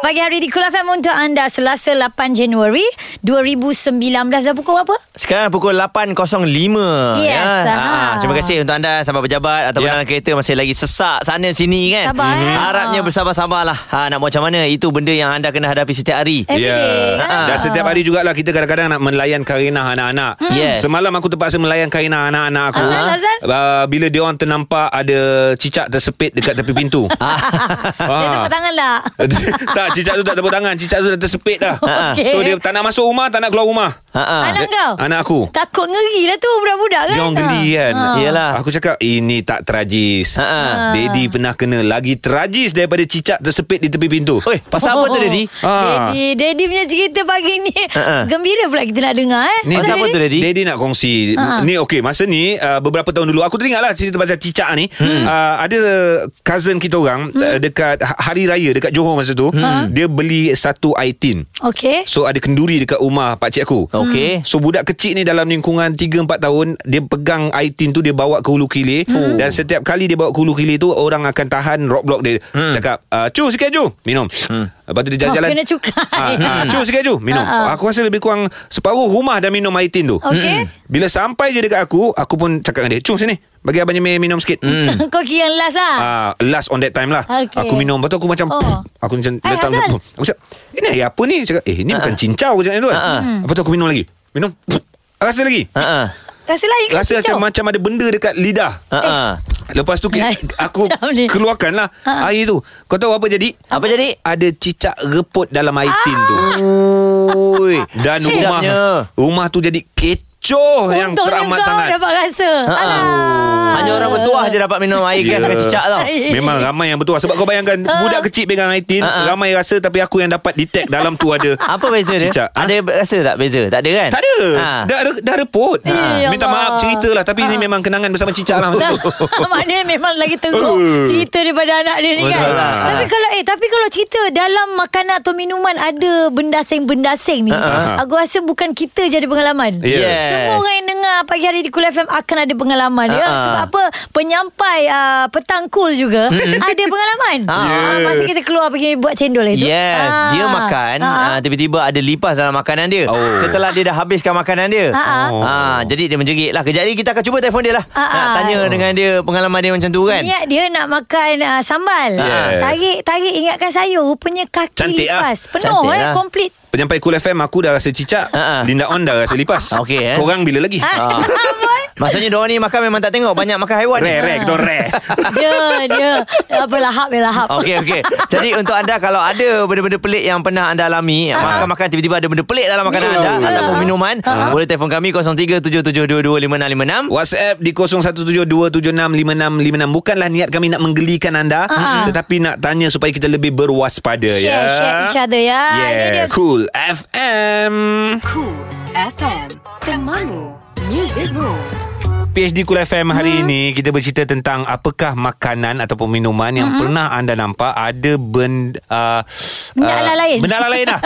Pagi hari di Kul FM untuk anda Selasa 8 Januari 2019 dah pukul apa? Sekarang pukul 8.05 Yes, ya. Ah, aha. terima kasih untuk anda sahabat pejabat ataupun Ya. dalam kereta masih lagi sesak sana sini kan. Sabar, eh. Harapnya bersabar-sabarlah. Ha nak buat macam mana itu benda yang anda kena hadapi setiap hari. Eh. Every day, kan? Ya. Dan setiap hari jugalah kita kadang-kadang nak melayan karenah anak-anak. Hmm. Yes. Semalam aku terpaksa melayan karenah anak-anak aku. Azal, Azal? Uh, bila dia orang ternampak ada cicak tersepit dekat tepi pintu. Ah. Ah. Dia tepuk tangan lah tak, cicak tu tak tepuk tangan. Cicak tu dah tersepit dah. Okey. So dia tak nak masuk rumah, tak nak keluar rumah. Ha ah. Anak Eh, kau? Anak aku. Takut ngeri lah tu budak-budak kan Dia orang geli kan Ha. Yelah. Aku cakap Ini tak tragis Ha, Ah. ha. Daddy pernah kena Lagi tragis daripada cicak tersepit Di tepi pintu Oi, pasal apa tu Dedi? Ha. Daddy, Daddy punya cerita pagi ni Ha, ha. Gembira pula kita nak dengar eh Ni Pasal apa Daddy? tu Daddy? Daddy nak kongsi Ha. Ni okey Masa ni uh, Beberapa tahun dulu Aku teringat lah Cerita pasal cicak ni hmm. uh, Ada Cousin kita orang uh, Dekat ha- Hari Raya Dekat Johor masa tu Dia beli Satu itin Okey So ada kenduri Dekat rumah pakcik Oh. aku Eh. Okey. Hmm. So budak kecil ni dalam lingkungan 3-4 tahun Dia pegang itin tu Dia bawa ke hulu kilir hmm. Oh. Dan setiap kali dia bawa ke hulu kilir tu Orang akan tahan roadblock dia hmm. Cakap uh, Cu sikit cu Minum hmm. Lepas tu dia jalan-jalan Oh, kena cukai. Ah, ah, Cu sikit cu Minum Ah, ah. Aku rasa lebih kurang Separuh rumah dah minum itin tu Okey. Hmm. Bila sampai je dekat aku Aku pun cakap dengan dia Cu sini Bagi abang Jamil minum sikit hmm. Kau kira yang last lah Ah, last on that time lah Okey. Aku minum Lepas tu aku macam Oh. Aku macam Hai, letak Azal. macam Aku cakap Ini air apa ni cakap, Eh Ah. ini bukan cincau Aku cakap macam tu kan Hmm. Lepas tu aku minum lagi Minum Rasa lagi Ha ah. Rasa lain ke Rasa macam kicau? macam ada benda dekat lidah Ha ah. Eh. Lepas tu ki- Lain Aku macam ni. Ha. keluarkan lah Air tu Kau tahu apa jadi Apa jadi? Ada cicak reput dalam air tin tu Ah. Oi. Dan Sedapnya. rumah Rumah tu jadi kecoh Yang Untung teramat kau sangat dapat rasa Alah Hanya orang bertuah je dapat minum air gas Ya. dengan cicak tau. Ah. Memang ramai yang betul Sebab kau bayangkan Budak kecil pegang air tin Ha, ha. Ramai rasa Tapi aku yang dapat detect Dalam tu ada Apa beza dia? Cicak, ha? Ada rasa tak beza? Tak ada kan? Tak ada Ha. dah, re- dah reput ya Eh, Minta maaf Allah. ceritalah Tapi Ah. ini memang kenangan bersama cicak lah Tak, Maknanya memang lagi teruk Eh. cerita daripada anak dia ni kan. Betul lah. Tapi kalau eh tapi kalau cerita dalam makanan atau minuman ada bendasing-bendasing ni, ah. aku rasa bukan kita je ada pengalaman. Yes. Semua orang yang dengar pagi hari di Kul FM akan ada pengalaman ya. Ah, ah. Sebab apa? Penyampai uh, petang cool juga ada pengalaman. Ha. Ah. Ah, masa kita keluar pergi buat cendol itu. Yes, Ah. dia makan Ah. ah, tiba-tiba ada lipas dalam makanan dia. Oh. Setelah dia dah habiskan makanan dia. Ah, ah. Oh. Ah, jadi dia menjerit lah. Kejap lagi kita akan cuba telefon dia lah. Ah, Nak ah. tanya dengan dia pengalaman dia macam tu kan. Niat dia nak makan uh, sambal. Yeah. Tarik tarik ingatkan saya rupanya kaki Cantik lah. lipas. Penuh Cantik eh lah. komplit. Penyampai Cool FM Aku dah rasa cicak Ha, ha. Linda On dah rasa lipas Ah, okey, eh. Korang bila lagi Ah. Maksudnya diorang ni makan memang tak tengok banyak makan haiwan. Rare rare Kita orang rare dia dia apa lahap dia lahap. Okey okey. Jadi untuk anda kalau ada benda-benda pelik yang pernah anda alami, Ah, makan-makan tiba-tiba ada benda pelik dalam makanan anda Oh. ataupun minuman, ah. boleh telefon kami 0377225656. WhatsApp di 0172765656 bukanlah niat kami nak menggelikan anda Ah, Ha. tetapi nak tanya supaya kita lebih berwaspada Share, ya. share each other, ya. Ini Yeah, dia. cool FM. Cool FM, temanmu, muzikmu. PhD Kul FM hari hmm. ini kita bercerita tentang apakah makanan ataupun minuman yang Hmm? pernah anda nampak ada benda uh, Benda ala lain. Benda ala lain lah.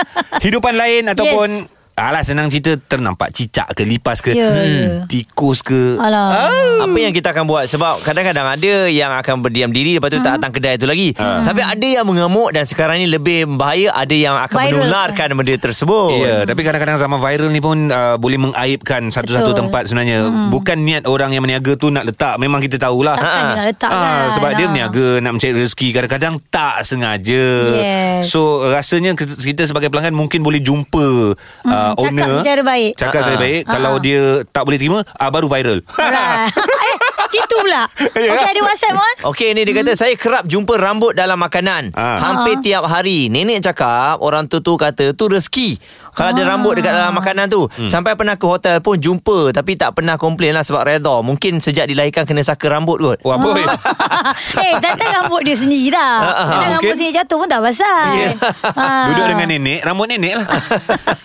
Hidupan lain ataupun Alah senang cerita Ternampak cicak ke Lipas ke hmm, Ya, ya. Tikus ke Alah. Apa yang kita akan buat Sebab kadang-kadang ada Yang akan berdiam diri Lepas tu tak datang kedai tu lagi Hmm. Tapi ada yang mengamuk Dan sekarang ni lebih bahaya Ada yang akan Viral. menularkan benda tersebut Ya, yeah, tapi kadang-kadang zaman viral ni pun uh, boleh mengaibkan satu-satu Betul. tempat sebenarnya. Hmm. Bukan niat orang yang meniaga tu nak letak. Memang kita tahulah. Takkan dia nak letak kan. Sebab dia Ah. meniaga nak mencari rezeki. Kadang-kadang tak sengaja. Yes. So rasanya kita kita sebagai pelanggan mungkin boleh jumpa hmm, uh, cakap owner. secara baik. Cakap secara Ah. baik. Kalau dia tak boleh terima, uh, baru viral. Alright. eh, gitu pula. Ya. Okey, ada WhatsApp Mas? Okey ni dia kata Saya kerap jumpa rambut dalam makanan Ah. Hampir tiap hari Nenek cakap Orang tu tu kata Tu rezeki Kalau ada rambut dekat dalam makanan tu Sampai pernah ke hotel pun jumpa Tapi tak pernah komplain lah Sebab reda Mungkin sejak dilahirkan Kena saka rambut kot Wah, apa? weh? eh, datang rambut dia sendiri dah. Ah, ah, Kadang mungkin. rambut sendiri jatuh pun tak pasal. Ya. Ah. Duduk dengan nenek, rambut nenek lah.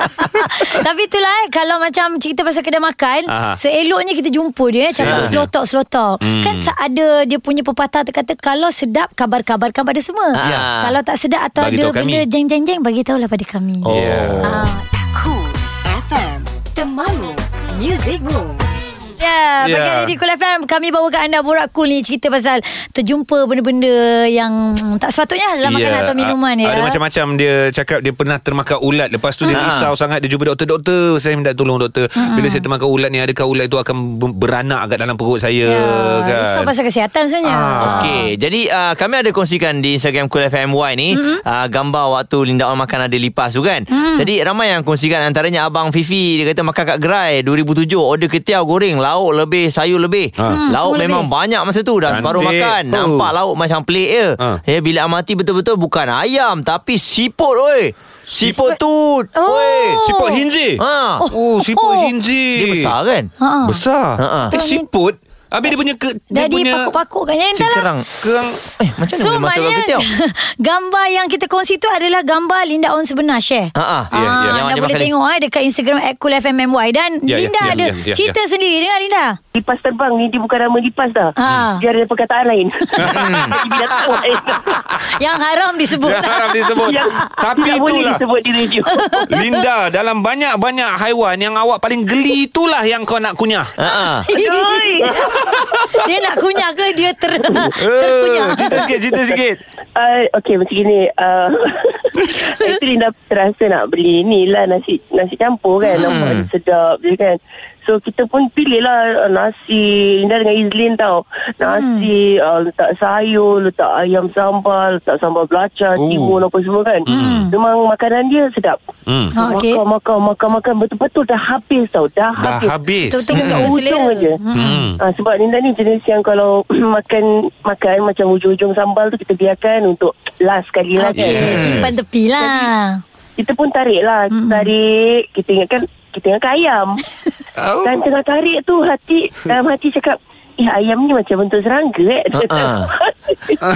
Tapi itulah eh, Kalau macam cerita pasal kedai makan Aha. Seeloknya kita jumpa dia eh, Seeloknya. Cakap slow talk, slow talk hmm. Kan sa- ada dia punya pepatah tu Kata kalau sedap kabar-kabarkan pada semua Ya. Kalau tak sedap atau Ah. Bagi ada tahu kami. benda jeng-jeng-jeng Bagi tahulah pada kami Oh. Yeah. Ah. Cool Music Rules. Ya, yeah. Ya. pagi di Kul FM kami bawa ke anda borak cool ni cerita pasal terjumpa benda-benda yang mm, tak sepatutnya dalam yeah. makanan atau minuman ya. Ah, Ada macam-macam dia cakap dia pernah termakan ulat. Lepas tu dia Ah. Ha. risau sangat dia jumpa doktor. Doktor, saya minta tolong doktor. Bila saya termakan ulat ni adakah ulat itu akan ber- beranak kat dalam perut saya Ya, kan. risau pasal kesihatan sebenarnya. Ah, Ah. Okey, jadi uh, kami ada kongsikan di Instagram Cool FMY ni mm-hmm. uh, gambar waktu Linda On makan ada lipas tu kan. Mm-hmm. Mm. Jadi ramai yang kongsikan antaranya abang Fifi dia kata makan kat gerai 2007 order ketiau goreng lauk lebih sayur lebih. Ha. Mm, lauk Ah. semua memang lebih. banyak masa tu dah Cantik. separuh makan. Oh. Nampak lauk macam pelik je. Ha. Eh bila amati betul-betul bukan ayam tapi siput oi. Siput, Siput. tu. Oh. Oi. Eh, Siput hinji. Ha. Oh, siput Oh. hinji. Dia besar kan? Ha. Besar. Ha-ha. Eh, siput. Habis dia punya ke, dia Jadi punya pakuk-pakuk kan yang dalam. Kerang. kerang Eh macam mana boleh So masuk kat maknanya ketiau? gambar yang kita kongsi tu adalah gambar Linda On sebenar share. Ha, ha. Ya, Ah, ya. Yang Anda dia boleh makan ni. tengok eh dekat Instagram @coolfmmy dan Ya, ya, Linda ya, ada ya, ya, cerita sendiri dengan Linda. Lipas terbang ni dia bukan nama lipas dah. Ha. Dia ada perkataan lain. Jadi binatang lain. Yang haram disebut. Yang haram disebut eh." Ya. Yang Tapi tidak boleh itulah disebut di radio. Linda Dalam banyak-banyak haiwan Yang awak paling geli Itulah yang kau nak kunyah Ha. Oi. dia nak kunyah ke dia ter terkunyah. Ya. Eh, Cerita sikit Cerita sikit Uh, okay macam gini uh, Actually dah terasa nak beli ni lah nasi, nasi campur kan Nampak dia sedap je kan So kita pun pilih lah uh, nasi Linda dengan Izlin tau Nasi uh, letak sayur Letak ayam sambal Letak sambal belacan Oh. Timun apa semua kan Memang makanan dia sedap Hmm. Ha, okey. Makan makan makan makan Betul-betul dah habis tau Dah, Dah habis habis Betul-betul Kat Hmm. hujung Selera. aja Mm. Hmm. ha, Sebab Linda ni jenis yang kalau makan Makan macam hujung-hujung sambal tu Kita biarkan untuk last sekali lah Okey, kan simpan tepi lah. Kita pun tarik lah mm Tarik Kita ingatkan Kita ingatkan ayam Oh. Dan tengah tarik tu hati Dalam hati cakap Eh ayam ni macam bentuk serangga eh Ha-ha.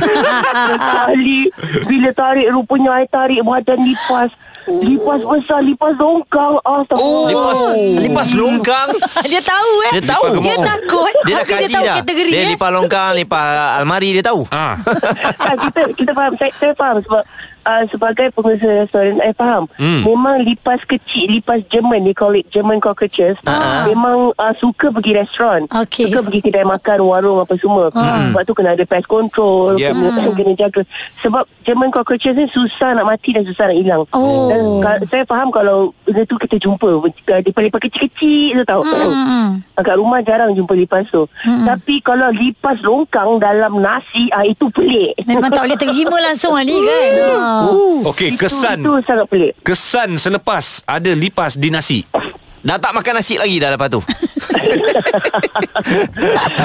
Sekali Bila tarik rupanya I tarik badan lipas Lipas besar Lipas dongkang Astagfirullah Lipas lipas longkang. Oh. dia tahu eh. Dia tahu. Dia takut. Dia dah tapi kaji dia tahu dah. kategori dia eh. lipas longkang, lipas almari dia tahu. Ah. Ah, kita kita faham saya, saya faham sebab uh, sebagai pengusaha restoran saya faham Hmm. memang lipas kecil lipas Jerman they call it German cockroaches Ah. memang uh, suka pergi restoran Okey. Ah. suka pergi kedai makan warung apa semua Hmm. sebab tu kena ada pest control Yep. kena, Hmm. kena jaga sebab German cockroaches ni susah nak mati dan susah nak hilang Oh. dan ka- saya faham kalau benda tu kita jumpa lipas-lipas kecil-kecil tu tau Hmm. Kat rumah jarang jumpa lipas tu hmm. Tapi kalau lipas longkang dalam nasi ah, Itu pelik Uh, Memang tak boleh terima langsung Ali kan. Ha. Okey kesan Itu, itu sangat pelik Kesan selepas Ada lipas di nasi Dah tak makan nasi lagi dah lepas tu.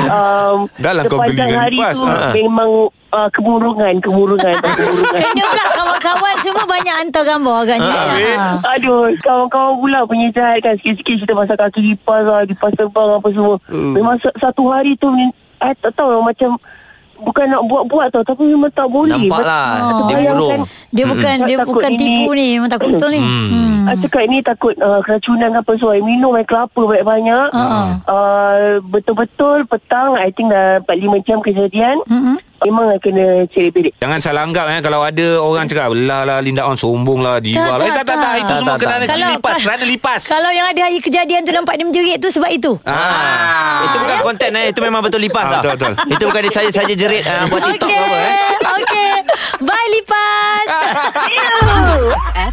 um, Dah lah kau geli Sepanjang dengan hari lipas. tu Ha. Memang uh, kemurungan Kemurungan tak Kemurungan Kena pula kawan-kawan semua banyak hantar gambar agaknya. Ah, habis? Ha. Aduh Kawan-kawan pula punya jahat kan Sikit-sikit cerita pasal kaki lipas lah Lipas terbang apa semua Uh. hmm. Memang sa- satu hari tu ni, I tak tahu lah macam Bukan nak buat-buat tau Tapi memang tak boleh Nampak lah. Ah. Macam- Dia Bayangkan- burung. Dia bukan Mm-mm. dia Takut bukan ini- tipu ni, memang takut betul ni. Mm. Hmm. Ah, Hmm. Cakap ni takut uh, keracunan ke apa so I minum air kelapa banyak-banyak Ha-ha. Ah, uh, Betul-betul petang I think dah 45 jam kejadian Mm-mm. Memang lah I kena cerit-berit Jangan salah anggap eh Kalau ada orang cakap Lah lah Linda on sombong lah Diva Tak, lah Eh, tak tak, tak tak tak. Itu Tak, semua tak, tak. kerana lipas Kerana lipas Kalau yang ada hari kejadian tu nampak dia menjerit tu sebab itu. Ah. Itu bukan konten eh. Itu memang betul lipas Ah, lah. betul, betul. Itu bukan dia saya saja jerit ah, buat TikTok Okey. okay. apa eh. Okey. Bye lipas.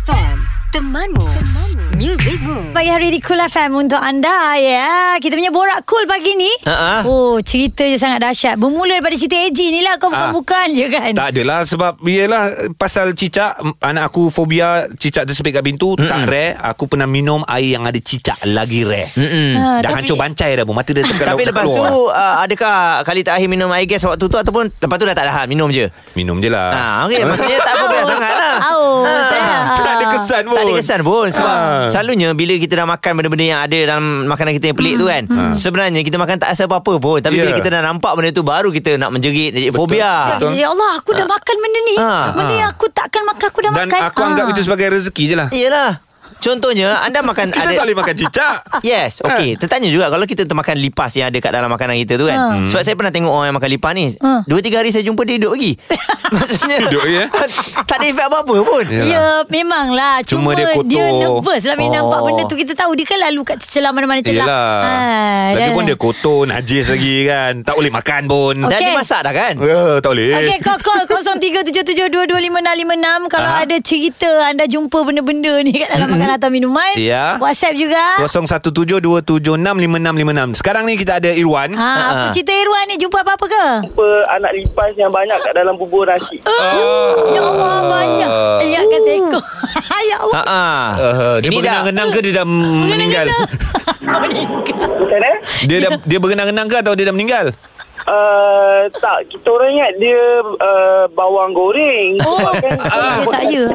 FM, temanmu. temanmu. Music Room. Pagi hari di Cool FM untuk anda ya. Kita punya borak cool pagi ni. Ha-ha. Oh, cerita je sangat dahsyat. Bermula daripada cerita AJ ni lah kau Ah. bukan-bukan je kan. Tak adalah sebab Yelah pasal cicak m- Anak aku fobia Cicak tersepit kat pintu Mm-mm. Tak rare Aku pernah minum air yang ada cicak Lagi rare Mm-mm. Ah, Dah tapi- hancur bancai dah pun Mata dia tekan Tapi dah lepas tu keluar. uh, adakah kali terakhir minum air gas waktu tu ataupun lepas tu dah tak tahan minum je. Minum je lah Ah, okey maksudnya tak apa Aus. sangat lah. Aus, eh. Tak ada kesan pun Tak ada kesan pun Sebab Ah. selalunya Bila kita dah makan Benda-benda yang ada Dalam makanan kita yang pelik tu kan Ah. Sebenarnya kita makan Tak rasa apa-apa pun Tapi bila Yeah. kita dah nampak Benda tu baru kita Nak menjerit Jadi fobia Ya. Betul. Ya Allah aku dah makan benda ni Ah, Benda ah. yang aku takkan makan Aku dah Dan makan aku anggap Ah. itu sebagai rezeki je lah Yelah Contohnya anda makan Kita tak boleh Ah. makan cicak Yes Okay Tertanya juga Kalau kita termakan lipas Yang ada kat dalam makanan kita tu kan Ha. Sebab saya pernah tengok Orang yang makan lipas ni Ha. Dua tiga hari saya jumpa Dia hidup lagi Maksudnya Hidup lagi, eh? Tak ada efek apa-apa pun Ya. Ya, ya memanglah Cuma Cuma, dia kotor. dia nervous lah Bila Oh. oh. nampak benda tu Kita tahu dia kan lalu kat celah mana-mana celah Ha, Yelah Lagi dah- lah. pun dia kotor Najis lagi kan Tak boleh makan pun Dan Okey. dia masak dah kan Eh, Tak boleh Okey, call call 0377225656 kalau Aha. ada cerita anda jumpa benda-benda ni kat dalam makanan atau minuman. Ya. WhatsApp juga. 0172765656 Sekarang ni kita ada Irwan Ha, apa Ha. cerita Irwan ni jumpa apa-apa ke? Apa anak lipas yang banyak kat dalam bubur nasi. Ya Allah banyak. Ya kan seekor. ya Allah. Ha ah. Uh, dia Ini dah berenang-renang ke dia dah meninggal? Macam mana? Dia dah dia berenang-renang ke atau dia dah meninggal? Uh, tak, kita orang ingat dia uh, bawang goreng. Oh. Sebab kan- Ah. Dia tak ya.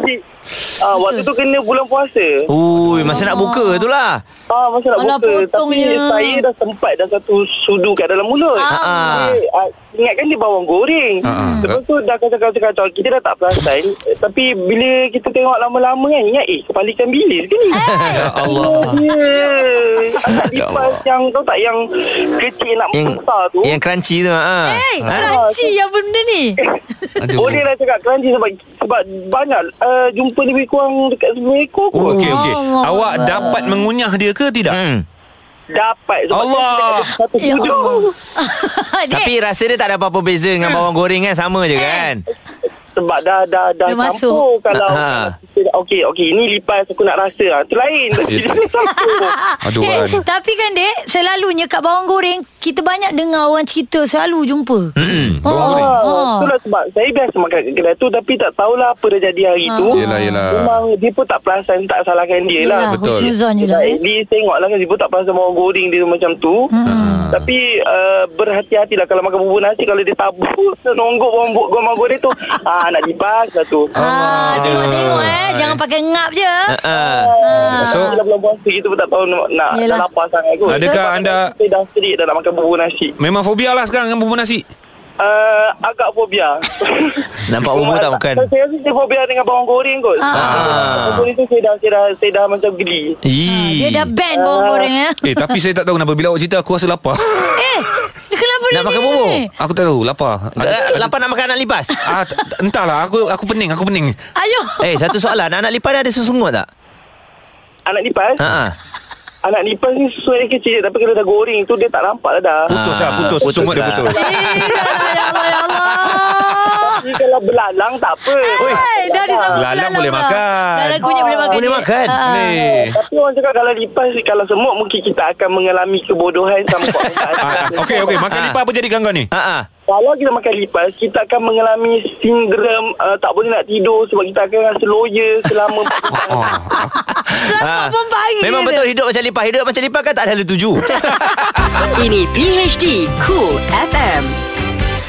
Ah, waktu tu kena bulan puasa. Ui, masa nak buka tu lah Ah, masa nak Alah, buka Tapi potongnya. saya dah sempat Dah satu sudu kat dalam mulut Ah. Saya, ah, Ingatkan dia bawang goreng Ah. Lepas tu dah kacau-kacau Kita dah tak perasan Eh, Tapi bila kita tengok lama-lama kan Ingat eh kepala ikan bilis ke Eh. ni Ya Allah. Ya Ya Anak lipas yang Kau tak yang Kecil nak Yang besar tu yang crunchy tu ha. Hey, Ha? crunchy yang benda ni. Aduh. Boleh lah cakap crunchy sebab sebab banyak uh, jumpa lebih kurang dekat 10 ekor kot. Oh, okey okey. Allah Awak Allah. dapat mengunyah dia ke tidak? Hmm. Dapat sebab Allah. kita ada Satu Ya sudu. Allah. Dek, Tapi rasa dia tak ada apa-apa beza dengan bawang goreng kan sama je kan. Sebab dah dah dah Dia masuk. campur kalau Ha. kita okey okey ini lipas aku nak rasa ah tu lain Ah, tapi dia dah campur. Aduh. Eh, Wan. tapi kan dek Selalunya kat bawang goreng Kita banyak dengar orang cerita Selalu jumpa hmm, bawang goreng. Ah, itulah sebab saya biasa makan kat kedai tu tapi tak tahulah apa dah jadi hari tu. Yelah, yelah. Memang dia pun tak perasan tak salahkan dia lah. Yelah, betul. Husnuzon je lah Dia, eh. dia tengok lah kan Dia pun tak perasan bawang goreng dia macam tu hmm. Tapi uh, berhati-hatilah Kalau makan bubur nasi Kalau dia tabur Nonggok bawang, bo- bawang goreng tu ah, Nak lipas lah tu Ah, tengok-tengok eh Jangan pakai ngap je Ha. Ah, So- so, bulan puasa kita pun tak tahu nak, nak Yelah. dah lapar sangat kot. Adakah Sebab anda- Saya dah serik dah nak makan bubur nasi. Memang fobia lah sekarang dengan bubur nasi. Uh, agak fobia. Nampak bubur tak makan? Saya rasa saya fobia dengan bawang goreng kot. Ah. Bawang goreng tu saya dah, saya dah, saya dah macam geli. Ah, Ih. Dia dah ban bawang goreng eh Eh tapi saya tak tahu kenapa bila awak cerita aku rasa lapar. Eh dia Kenapa Nak dia makan ni? bubur? Aku tak tahu lapar. Eh, Lapar nak makan anak lipas. Ah, t- t- entahlah aku aku pening aku pening. Ayuh Eh, satu soalan. Anak lipas dia ada susungut tak? Anak lipas, Ha ah. anak lipas ni susu dia kecil tapi kalau dah goreng tu dia tak nampak lah dah. Putus Ah, lah putus. putus Sungut dia lah. putus. Eh, Ya Allah ya Allah Tapi kalau belalang tak apa. Ah, Eh, dah dia sambung Lalang belalang boleh dah. makan. Dah lagunya boleh makan Boleh dek. makan. Ah. Ni. Tapi orang cakap kalau lipas kalau semut mungkin kita akan mengalami kebodohan sama Ah, perasaan. Okey okey makan lipat apa jadi gangguan ni? Ha ah. Kalau kita makan lipas, kita akan mengalami sindrom eh, uh, tak boleh nak tidur sebab kita akan rasa loya selama Oh, Selamat Ah. pagi Memang dia. betul hidup macam lipas. Hidup macam lipas kan tak ada tuju. Ini PHD Cool FM.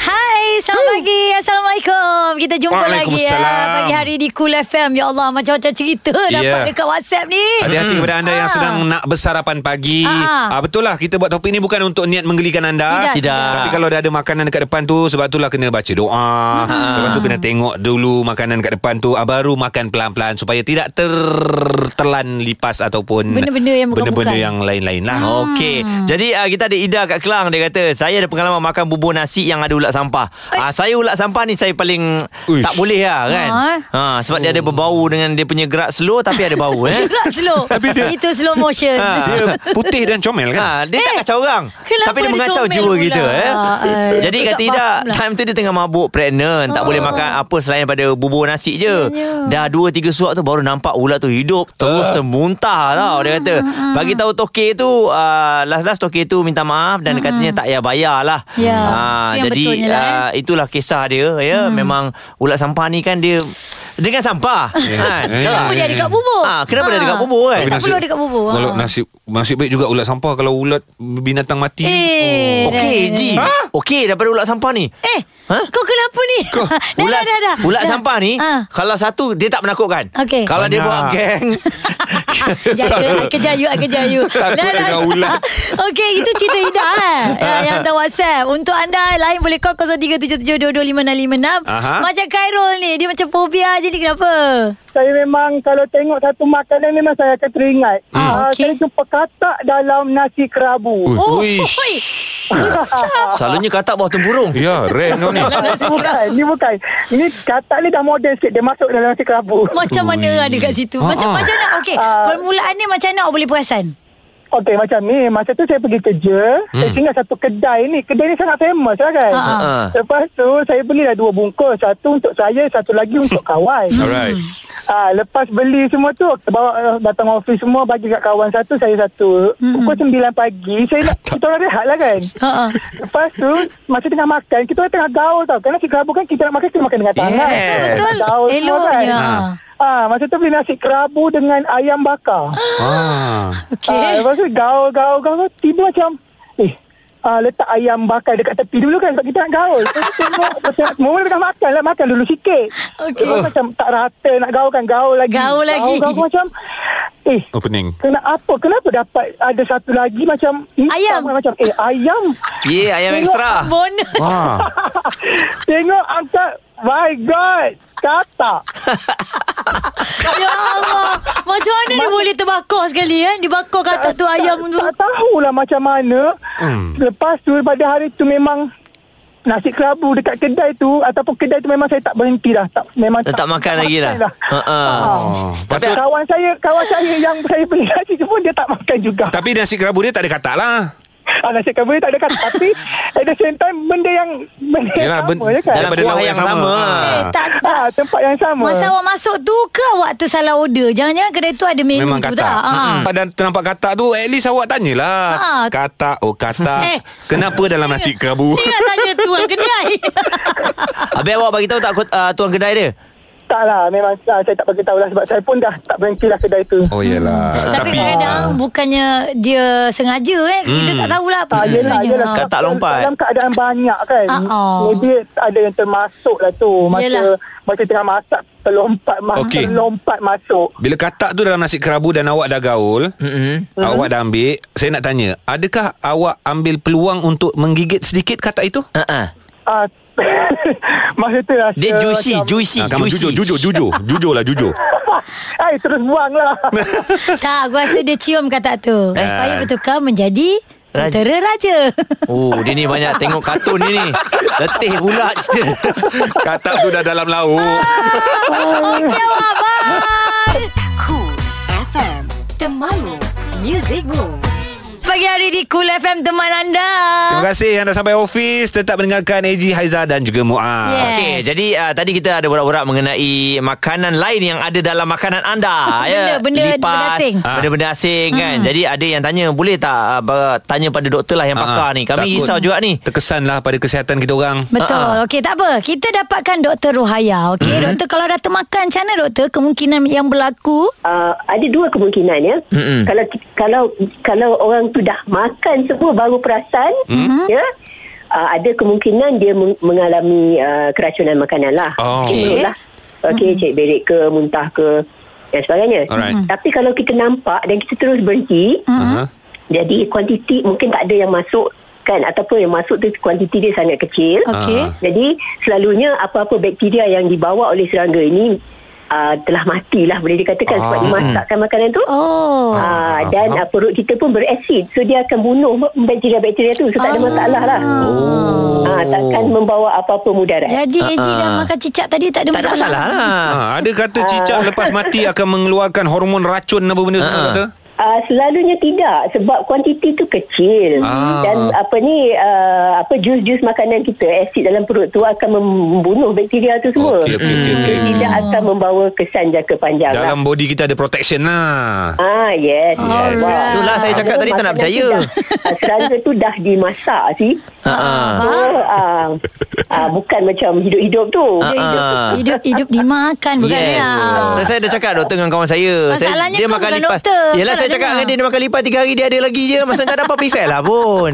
Hai, selamat pagi. Assalamualaikum. Kita jumpa lagi ya Waalaikumsalam. pagi hari di Cool FM. Ya Allah, macam-macam cerita Ya. dapat dekat WhatsApp ni. Hati-hati kepada anda yang Ah. sedang nak bersarapan pagi. Ah. Ah. betul lah kita buat topik ni bukan untuk niat menggelikan anda. Tidak, Tidak. tidak. Tapi kalau dah ada makanan dekat depan tu sebab itulah kena baca doa. Hmm. Lepas Ah. tu kena tengok dulu makanan dekat depan tu ah, baru makan pelan-pelan supaya tidak tertelan lipas ataupun Benda-benda yang bukan-bukan. Hmm. benda-benda yang lain-lain lah. Okey. Jadi uh, kita ada Ida kat Kelang dia kata, "Saya ada pengalaman makan bubur nasi yang ada ulat sampah." Ah uh, saya ulat sampah ni saya paling Uish. tak boleh lah kan. Ha sebab dia ada berbau dengan dia punya gerak slow tapi ada bau eh. Gerak slow. Itu slow motion. Ah. Dia putih dan comel kan? Ah. Ha, dia eh, tak kacau orang kenapa Tapi dia dia mengacau lah comel jiwa pula? Ah, kita eh. Ay, Jadi aku kata tak Ida faham lah. Time tu dia tengah mabuk Pregnant Ah. Tak boleh makan apa Selain pada bubur nasi je Dah dua tiga suap tu Baru nampak ulat tu hidup Terus Ah. termuntah tau Dia Ah, kata Bagi tahu toke tu uh, Last-last toke tu Minta maaf Dan katanya tak payah bayar lah Ah, Ya, Ah, tu yang Jadi betulnya lah, Hmm. ah, Itulah kisah dia ya. Memang Ulat sampah ni kan dia Dengan sampah kan? Eh. Kenapa dia ada kat bubur? Ah, kenapa dia ada kat bubur, kan? Tak Tapi perlu nasib- ada kat bubur. Kalau Ah. nasib nasib baik juga ulat sampah kalau ulat binatang mati. oh. Eh, dah, Okey dah, Ji dah. Okey daripada ulat sampah ni Eh, Ha? kau kenapa ni? Kau, ulat, ulat sampah ni Ah. Kalau satu Dia tak menakutkan Okey. Kalau dia Banyak. buat geng Jaga kejayu kejayu. Takut dengan ular. Okey, itu cerita Ida eh. Ya, yang hantar WhatsApp. Untuk anda lain boleh call 0377225656. Aha. Macam Khairul ni, dia macam fobia teringat jadi kenapa? Saya memang kalau tengok satu makanan memang saya akan teringat. Ah, Ah, okey. Saya jumpa katak dalam nasi kerabu. Ui. Oh, Uish. hoi. Selalunya katak bawah temburung. Ya, rare kau ni. Ini bukan, ini bukan. Ini katak ni dah moden sikit. Dia masuk dalam nasi kerabu. Macam mana ada kat situ? Macam Ha, ha. macam nak okey. Ah. Permulaan ni macam nak awak boleh perasan. Okey macam ni Masa tu saya pergi kerja hmm. Saya tinggal satu kedai ni Kedai ni sangat famous lah kan Ha, ha. Lepas tu Saya belilah dua bungkus Satu untuk saya Satu lagi untuk kawan Alright. ha, Lepas beli semua tu bawa, eh, Datang office semua Bagi kat kawan satu Saya satu hmm. Pukul 9 pagi Saya nak Kita orang rehat lah kan Ha ah. Lepas tu Masa tengah makan Kita orang tengah gaul tau Kerana kita kerabu kan Kita nak makan Kita makan dengan tangan Yes. Betul. Gaul semua kan Eloknya. Ah, masa tu beli nasi kerabu dengan ayam bakar. Ah. Ah, Okey. lepas tu gaul, gaul, gaul. Tiba macam, eh, ah, letak ayam bakar dekat tepi dulu kan sebab kita nak gaul. Lepas tu tengok, lepas tu semua orang tengah makan lah. Makan dulu sikit. Okey. Lepas tu macam tak rata nak gaul kan. Gaul lagi. Gaul lagi. Gaul, gaul macam, eh, Oh, pening. kena apa? Kenapa dapat ada satu lagi macam hitam Ayam. kan? Macam, eh, ayam. Ye, yeah, ayam ekstra. Bonus. Wah. Tengok angkat. My God. Katak. Ya Allah. Macam mana dia boleh terbakar sekali kan? Dia bakar katak tu ayam tu. Tak tahulah macam mana Hmm. hmm. Lepas tu pada hari tu memang Nasi kerabu dekat kedai tu Ataupun kedai tu memang saya tak berhenti dah tak, Memang Tak makan lagi lah. Ha, ha. Ah. Tapi Kawan saya Kawan saya yang saya beli nasi tu pun Dia tak makan juga Tapi nasi kerabu dia tak ada katak lah. ah, Nasi kerabu dia tak ada kata Tapi at the same time Benda yang Benda yang Yelah, sama ben- je kan dalam Daripada kuah lauk yang yang sama. sama. Eh, tak tak ah, Tempat yang sama Masa awak masuk tu ke awak tersalah order? Jangan-jangan kedai tu ada menu Memang tu katak tak? Ha. Mm-mm. Pada nampak katak tu At least awak tanyalah Ha. Katak Oh katak Eh. Kenapa dalam nasi kerabu Dia nak tanya tuan kedai. Habis awak bagi tahu tak kot- ah, tuan kedai dia? Tak lah Memang ah, saya tak beritahu lah Sebab saya pun dah tak berhenti lah kedai tu Oh yelah Tapi kadang-kadang bukannya dia sengaja eh. Kita tak tahulah apa Ah, dia yelah, sebenarnya. yelah. Ha. Sebab Katak lompat. Dalam keadaan banyak kan. Ah, ah. Maybe ada yang termasuk lah tu. Masa, Yelah. masa tengah masak, terlompat, ma- Okey. terlompat masuk. Bila katak tu dalam nasi kerabu Dan awak dah gaul Hmm. mm-hmm. Awak dah ambil Saya nak tanya Adakah awak ambil peluang Untuk menggigit sedikit katak itu Ha ah. Ah, masa tu rasa Dia juicy, macam, juicy, Ah, kamu juicy. jujur, jujur, jujur Jujur lah, jujur Ay, terus buang lah. Tak, aku rasa dia cium katak tu. Supaya bertukar menjadi Raja. Tentera Raja. Oh, dia ni banyak tengok kartun ni ni. Letih pula cerita. Katak tu dah dalam lauk Okey awak, bye. Cool FM Temanmu Music Rules Pagi hari di Cool FM teman anda. Terima Ah. kasih yang dah sampai office Tetap mendengarkan AG Haiza dan juga Muaz Yeah. Okey, jadi uh, tadi kita ada borak-borak mengenai makanan lain yang ada dalam makanan anda. Ya, Benda- benda- benda asing. Hmm. ah, Benda-benda asing kan. Jadi ada yang tanya, boleh tak uh, tanya pada doktor lah yang Ah, pakar ni. Kami takut risau juga ni. Terkesanlah pada kesihatan kita orang Betul. Okey, tak apa. Kita dapatkan Dr. Ruhaya. Okey, mm-hmm. doktor kalau dah termakan macam mana doktor? Kemungkinan yang berlaku uh, ada dua kemungkinan ya. Mm-hmm. Kalau kalau kalau orang tu dah makan semua baru perasan mm-hmm. ya. Uh, ada kemungkinan dia meng- mengalami uh, keracunan makanan lah. Oh. Okey. Mulut lah. Okey, mm-hmm. cek berik ke, muntah ke dan sebagainya. Alright. Mhm. Tapi kalau kita nampak dan kita terus berhenti, Mm-hmm. uh-huh. jadi kuantiti mungkin tak ada yang masuk kan ataupun yang masuk tu kuantiti dia sangat kecil. Okey. Ah. Jadi selalunya apa-apa bakteria yang dibawa oleh serangga ini uh, telah matilah boleh dikatakan sebab Ah. dimasakkan makanan tu. Oh. Ah, dan uh, perut kita pun berasid so dia akan bunuh bakteria-bakteria tu so tak ada masalah lah oh. ah, takkan membawa apa-apa mudarat Ah, Jadi uh Eji dah makan cicak tadi tak Tak ada ada masalah. masalah lah. Ha, ada kata cicak Ah. lepas mati akan mengeluarkan hormon racun apa benda semua Ha. kata. Uh, selalunya tidak sebab kuantiti tu kecil Ah. dan apa ni uh, apa jus-jus makanan kita asid dalam perut tu akan membunuh bakteria tu semua. Okey, okey, okey, okey. Dia tidak akan membawa kesan jangka Ya, panjang. Dalam lah. body kita ada protection lah. Ah yes. Alright. Itulah saya cakap tadi tak nak percaya. Uh, serangga tu dah dimasak sih. Ha ah. So, uh, uh, bukan macam hidup-hidup tu. Dia hidup, Ah. hidup hidup dimakan bukan Yes. ya. Dan saya dah cakap doktor dengan kawan saya. saya, Masalahnya dia kau makan bukan lipas. doktor. Yelah Kau saya dah cakap dengar. dengan dia dia makan lipas 3 hari dia ada lagi je. Maksudnya tak ada apa-apa effect lah pun.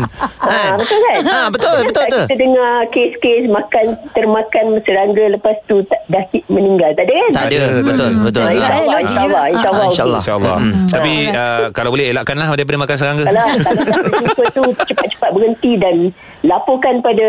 Ah, Ha, betul kan? betul, Kenapa betul, tak betul. Kita dengar kes-kes makan termakan serangga lepas tu tak, dah ti- meninggal. Tak ada kan? Tak ada, betul, betul. Ah, Ah, InsyaAllah. ah, InsyaAllah. InsyaAllah. InsyaAllah. InsyaAllah. Hmm. Tapi Ya, uh, kalau boleh elakkanlah daripada makan serangga. Kalau kalau tak berjumpa tu cepat-cepat berhenti dan laporkan pada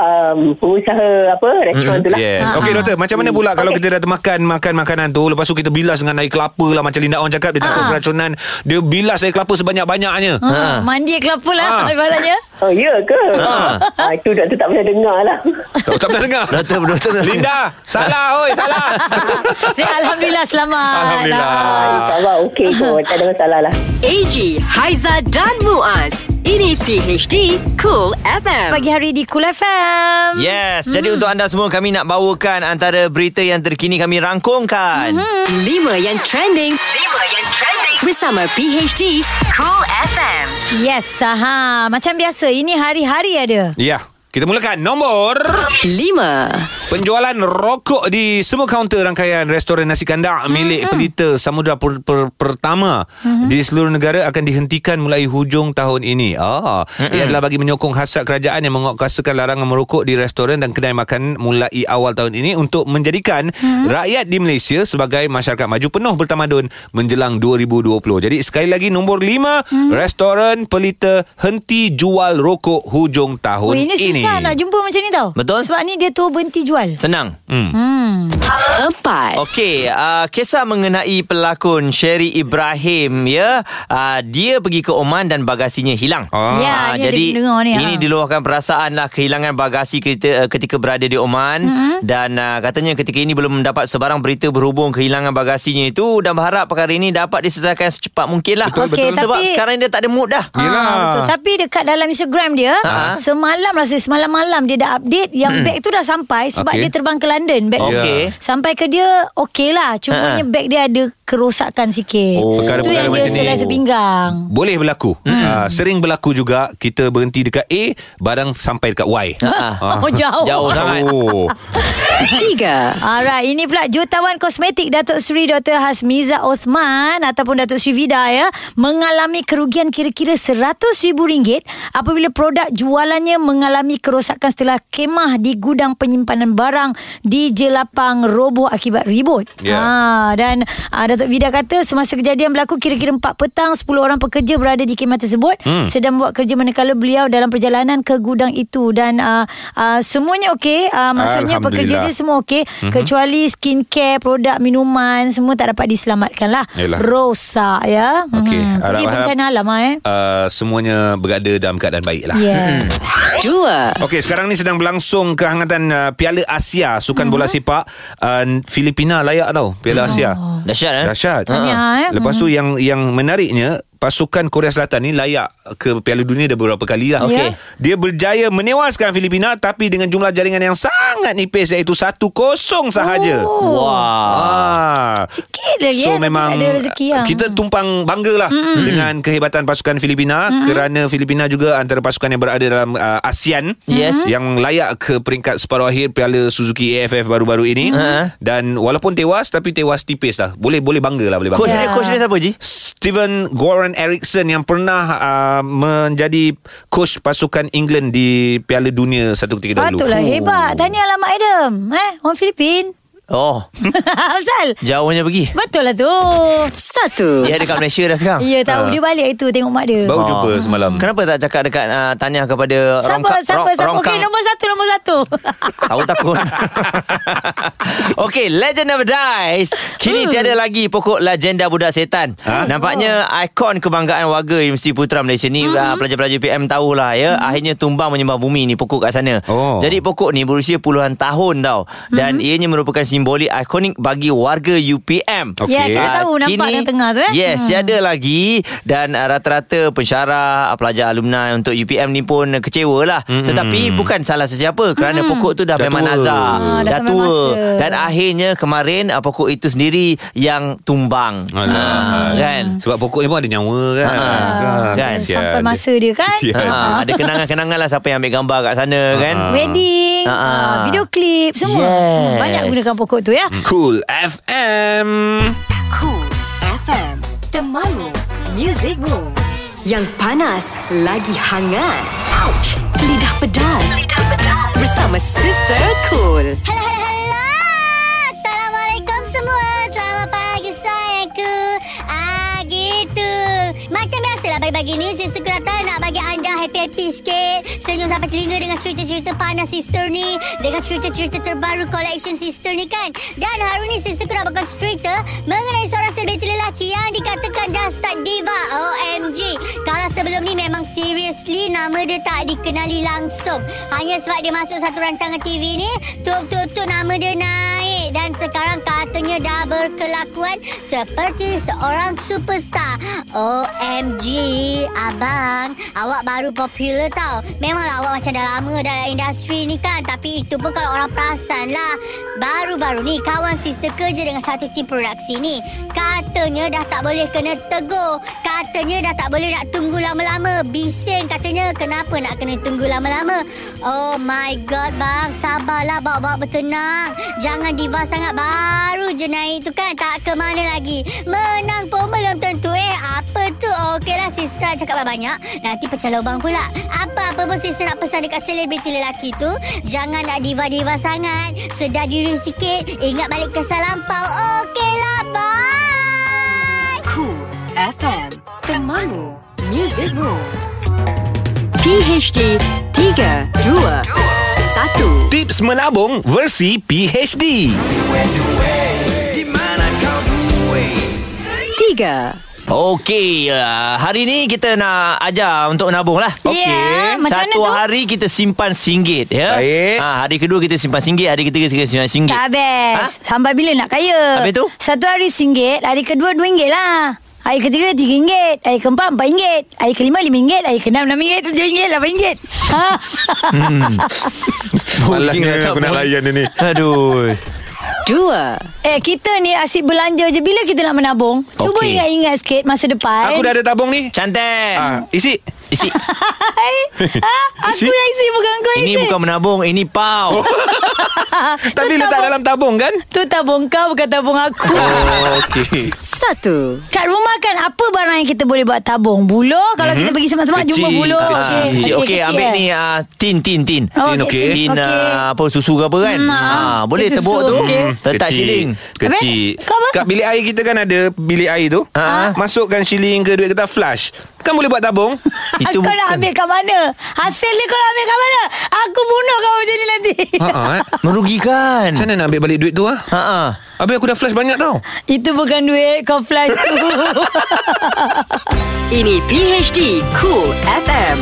um, pengusaha apa restoran tu lah. Yeah. Ah, Ha, Okey ha. doktor, macam mana Mm. pula kalau Okey. kita dah makan makan makanan tu, lepas tu kita bilas dengan air kelapa lah macam Linda On cakap dia takut Ah. keracunan, dia bilas air kelapa sebanyak-banyaknya. Ha. Mandi kelapa lah Ah. ha. Ibaratnya Oh ya ke? Ha. Ah, itu doktor tak pernah dengar lah. Tak, tak pernah dengar. Doktor, doktor, doktor. Linda, salah oi, salah. Dia Alhamdulillah selamat Alhamdulillah. Ah. InsyaAllah okey kot. Tak ada masalah lah. AG, Haiza dan Muaz. Ini PHD Cool FM. Ah, Pagi hari di Cool FM Yes, mm. Hmm. jadi untuk anda semua kami nak bawakan antara berita yang terkini kami rangkumkan. Hmm. Mm-hmm. Lima yang trending. Lima yang trending. Bersama PHD Cool FM. Yes aha. Macam biasa Ini hari-hari ada Ya. Kita mulakan nombor Lima. penjualan rokok di semua kaunter rangkaian restoran nasi kandar milik pelita samudera per, per, pertama Mm-hmm. di seluruh negara akan dihentikan mulai hujung tahun ini. Ah, ia adalah bagi menyokong hasrat kerajaan yang menguatkuasakan larangan merokok di restoran dan kedai makan mulai awal tahun ini untuk menjadikan Mm-hmm. rakyat di Malaysia sebagai masyarakat maju penuh bertamadun menjelang 2020. Jadi sekali lagi nombor 5 Mm. restoran pelita henti jual rokok hujung tahun Oh, ini susah nak jumpa macam ni tau Betul. Sebab ni dia tu berhenti jual Senang. Hmm. Empat. Okey, uh, kisah mengenai pelakon Sherry Ibrahim ya. Uh, dia pergi ke Oman dan bagasinya hilang. Ah. Ya, Ah, ni ada pendengar ni, ini ah. diluahkan perasaan lah kehilangan bagasi ketika, eh, ketika berada di Oman mm-hmm. dan uh, katanya ketika ini belum mendapat sebarang berita berhubung kehilangan bagasinya itu dan berharap perkara ini dapat diselesaikan secepat mungkin lah. Betul, Okey, betul. Sebab tapi- sekarang dia tak ada mood dah. Ah, Yelah. betul. Tapi dekat dalam Instagram dia Ha. Semalam rasa Semalam malam dia dah update Yang beg tu dah sampai Sebab Hmm. Okey. Ya. dia terbang ke London beg tu. Okey. Sampai ke dia Okey lah Cumanya Ha. beg dia ada Kerosakan sikit Oh. Tu Perkara-perkara yang dia macam ni. selai sepinggang Boleh berlaku hmm. uh, Sering berlaku juga Kita berhenti dekat A Barang sampai dekat Y Ah. Oh, jauh. Jauh sangat. Oh. Tiga. Alright, ini pula jutawan kosmetik Datuk Seri Dr. Hasmiza Osman ataupun Datuk Seri Vida ya mengalami kerugian kira-kira RM100,000 apabila produk jualannya mengalami kerosakan setelah kemah di gudang penyimpanan barang di Jelapang roboh akibat ribut. Ya. Ha, dan uh, Datuk Vida kata semasa kejadian berlaku kira-kira 4 petang 10 orang pekerja berada di kemah tersebut hmm. sedang buat kerja manakala beliau dalam perjalanan ke gudang itu dan uh, uh, semuanya okey uh, maksudnya pekerja Alhamdulillah. dia semua okey Mhm. mm-hmm. kecuali skincare, produk, minuman semua tak dapat diselamatkan lah. Yelah. Rosak ya. Okey. Mhm. Jadi Harap-harap- bencana alam ah, eh. Ya, uh, Semuanya berada dalam keadaan baik lah Yeah. Dua. Okey, sekarang ni sedang berlangsung kehangatan uh, Piala Asia Hmm. Sukan Bola Sepak uh, Filipina layak tau Piala Asia Oh. Dahsyat eh. Dahsyat Tahniah, Ha. eh. Lepas tu yang yang menariknya Pasukan Korea Selatan ni layak ke Piala Dunia dah beberapa kali lah Ya. Okey. Dia berjaya menewaskan Filipina Tapi dengan jumlah jaringan yang sangat nipis Iaitu 1-0 sahaja Oh. Wah. Ah. Sikit lagi So eh, tapi memang tak ada rezeki lah. kita tumpang banggalah mm. dengan kehebatan pasukan Filipina mm. kerana Filipina juga antara pasukan yang berada dalam uh, ASEAN Yes. yang layak ke peringkat separuh akhir Piala Suzuki AFF baru-baru ini Mm. dan walaupun tewas tapi tewas tipis lah. Boleh boleh banggalah boleh Coach bangga. dia coach dia siapa Ji? Steven Goran Eriksson yang pernah uh, menjadi coach pasukan England di Piala Dunia satu ketika dahulu. Patutlah Oh. hebat. Tahniah lah Mak Adam. Eh, orang Filipin. Oh, Azal. jauhnya pergi. Betul lah tu. Satu. Dia dekat Malaysia dah sekarang. Ah. Ya tahu dia balik itu tengok mak Ah. dia. Baru jumpa semalam. Kenapa tak cakap dekat uh, tanya kepada Hmm. Siapa Rongka- siapa Rong- siapa Rongkang? okey nombor satu nombor satu. Tahu takut Okay Legend never dies Kini Hmm. tiada lagi Pokok legenda budak setan ha? Nampaknya Oh. Ikon kebanggaan warga Universiti Putra Malaysia ni Hmm. uh, Pelajar-pelajar PM tahulah ya Akhirnya tumbang menyembah bumi ni Pokok kat sana Oh. Jadi pokok ni berusia puluhan tahun tau Hmm. Dan ianya merupakan simbolik ikonik Bagi warga UPM Okey. Ya kita Ah, tahu nampak kini- yang tengah tu eh. Yes, hmm. tiada lagi dan uh, rata-rata pensyarah, uh, pelajar alumni untuk UPM ni pun uh, kecewa lah. Hmm. Tetapi bukan salah sesiapa kerana hmm. pokok tu dah, Dah memang tua. nazar. Ah, dah dah sampai tua. masa. Dan akhirnya kemarin uh, pokok itu sendiri yang tumbang. Alah. Kan? Sebab pokok ni pun ada nyawa kan. Ha, Ah, kan? kesian. Sampai masa dia kan. Kesian. Ha, ada kenangan-kenangan lah siapa yang ambil gambar kat sana kan. Ah. Wedding, Ah, ah. ah, video klip semua. Yes. Semua Banyak gunakan pokok tu ya. Cool FM. Cool FM. Temanmu. Music Moves. Yang panas lagi hangat. Ouch. Lidah pedas. Lidah pedas. Bersama Sister Cool. Hello, hello, hello. Assalamualaikum semua. Selamat pagi sayangku. Ah, gitu. Macam biasalah pagi-pagi pagi ni Sister Kelata nak bagi anda happy-happy sikit Senyum sampai telinga dengan cerita-cerita panas sister ni Dengan cerita-cerita terbaru collection sister ni kan Dan hari ni Sister Kelata bakal cerita Mengenai seorang selebriti lelaki yang dikatakan dah start diva OMG Kalau sebelum ni memang seriously nama dia tak dikenali langsung Hanya sebab dia masuk satu rancangan TV ni Tuk-tuk-tuk nama dia naik Dan sekarang katanya dah berkelakuan Seperti seorang superstar OMG Abang Awak baru popular tau Memanglah awak macam dah lama dalam industri ni kan Tapi itu pun kalau orang perasan lah Baru-baru ni kawan sister kerja dengan satu tim produksi ni Katanya dah tak boleh kena tegur Katanya dah tak boleh nak tunggu lama-lama Bising katanya kenapa nak kena tunggu lama-lama Oh my god bang Sabarlah bawa-bawa bertenang Jangan diva sangat baru je naik tu kan Tak ke mana lagi Menang pun belum tentu eh Apa tu Okeylah sister nak cakap banyak-banyak Nanti pecah lubang pula Apa-apa pun sister nak pesan dekat selebriti lelaki tu Jangan nak diva-diva sangat Sedar diri sikit Ingat balik kisah lampau Okeylah bye Cool FM Temanmu Music Room PHD 3 2 1 Tips menabung versi PhD. 3 Okey, uh, hari ni kita nak ajar untuk menabung lah. Ya, Okey. macam mana Satu tu? hari kita simpan RM1, ya. Baik. Ha, hari kedua kita simpan RM1, hari ketiga kita simpan RM1. Tak habis. Ha? Sampai bila nak kaya? Ah. Habis tu? Satu hari RM1, hari kedua RM2 lah. Hari ketiga RM3, hari keempat RM4, hari kelima RM5, hari keenam RM6, RM7, RM8. Ha? Malasnya aku nak layan dia ni. Aduh. 2 eh, kita ni asyik belanja je. Bila kita nak menabung? Cuba Okey. ingat-ingat sikit masa depan. Aku dah ada tabung ni. Cantik. Ah, isi. Isi. Hai? ha? Aku Isi? yang isi, bukan kau isi. ini bukan menabung, ini Oh. pau. Tadi letak dalam tabung kan? Tu tabung kau, bukan tabung aku. Okey. 1 Kat rumah kan apa barang yang kita boleh buat tabung? Buluh kalau mm-hmm. kita pergi semak-semak Kecil. jumpa buluh. Ah, Okey, Mhm. Ah, Cik, okey, kecil, ambil eh. ni ah, tin, tin, tin. Oh, Tin, okey. Tin ah, apa susu ke apa kan? Hmm, ah. Ah, boleh Tin susu, tebuk tu. Hmm. okey. Letak Hmm. Kecil. shilling. Kecil. Habis? Kau apa? Kat bilik air kita kan ada bilik air tu. Ah. Masukkan shilling ke duit kertas flash. Kan boleh buat tabung. Itu Itu kau nak bukan. ambil kat mana? Hasil ni kau nak ambil kat mana? Aku bunuh kau macam ni nanti. Ha ah. eh. Merugikan. Macam mana nak ambil balik duit tu ah? Ha ah. Habis aku dah flash banyak tau. Itu bukan duit kau flash tu. Ini PHD Cool FM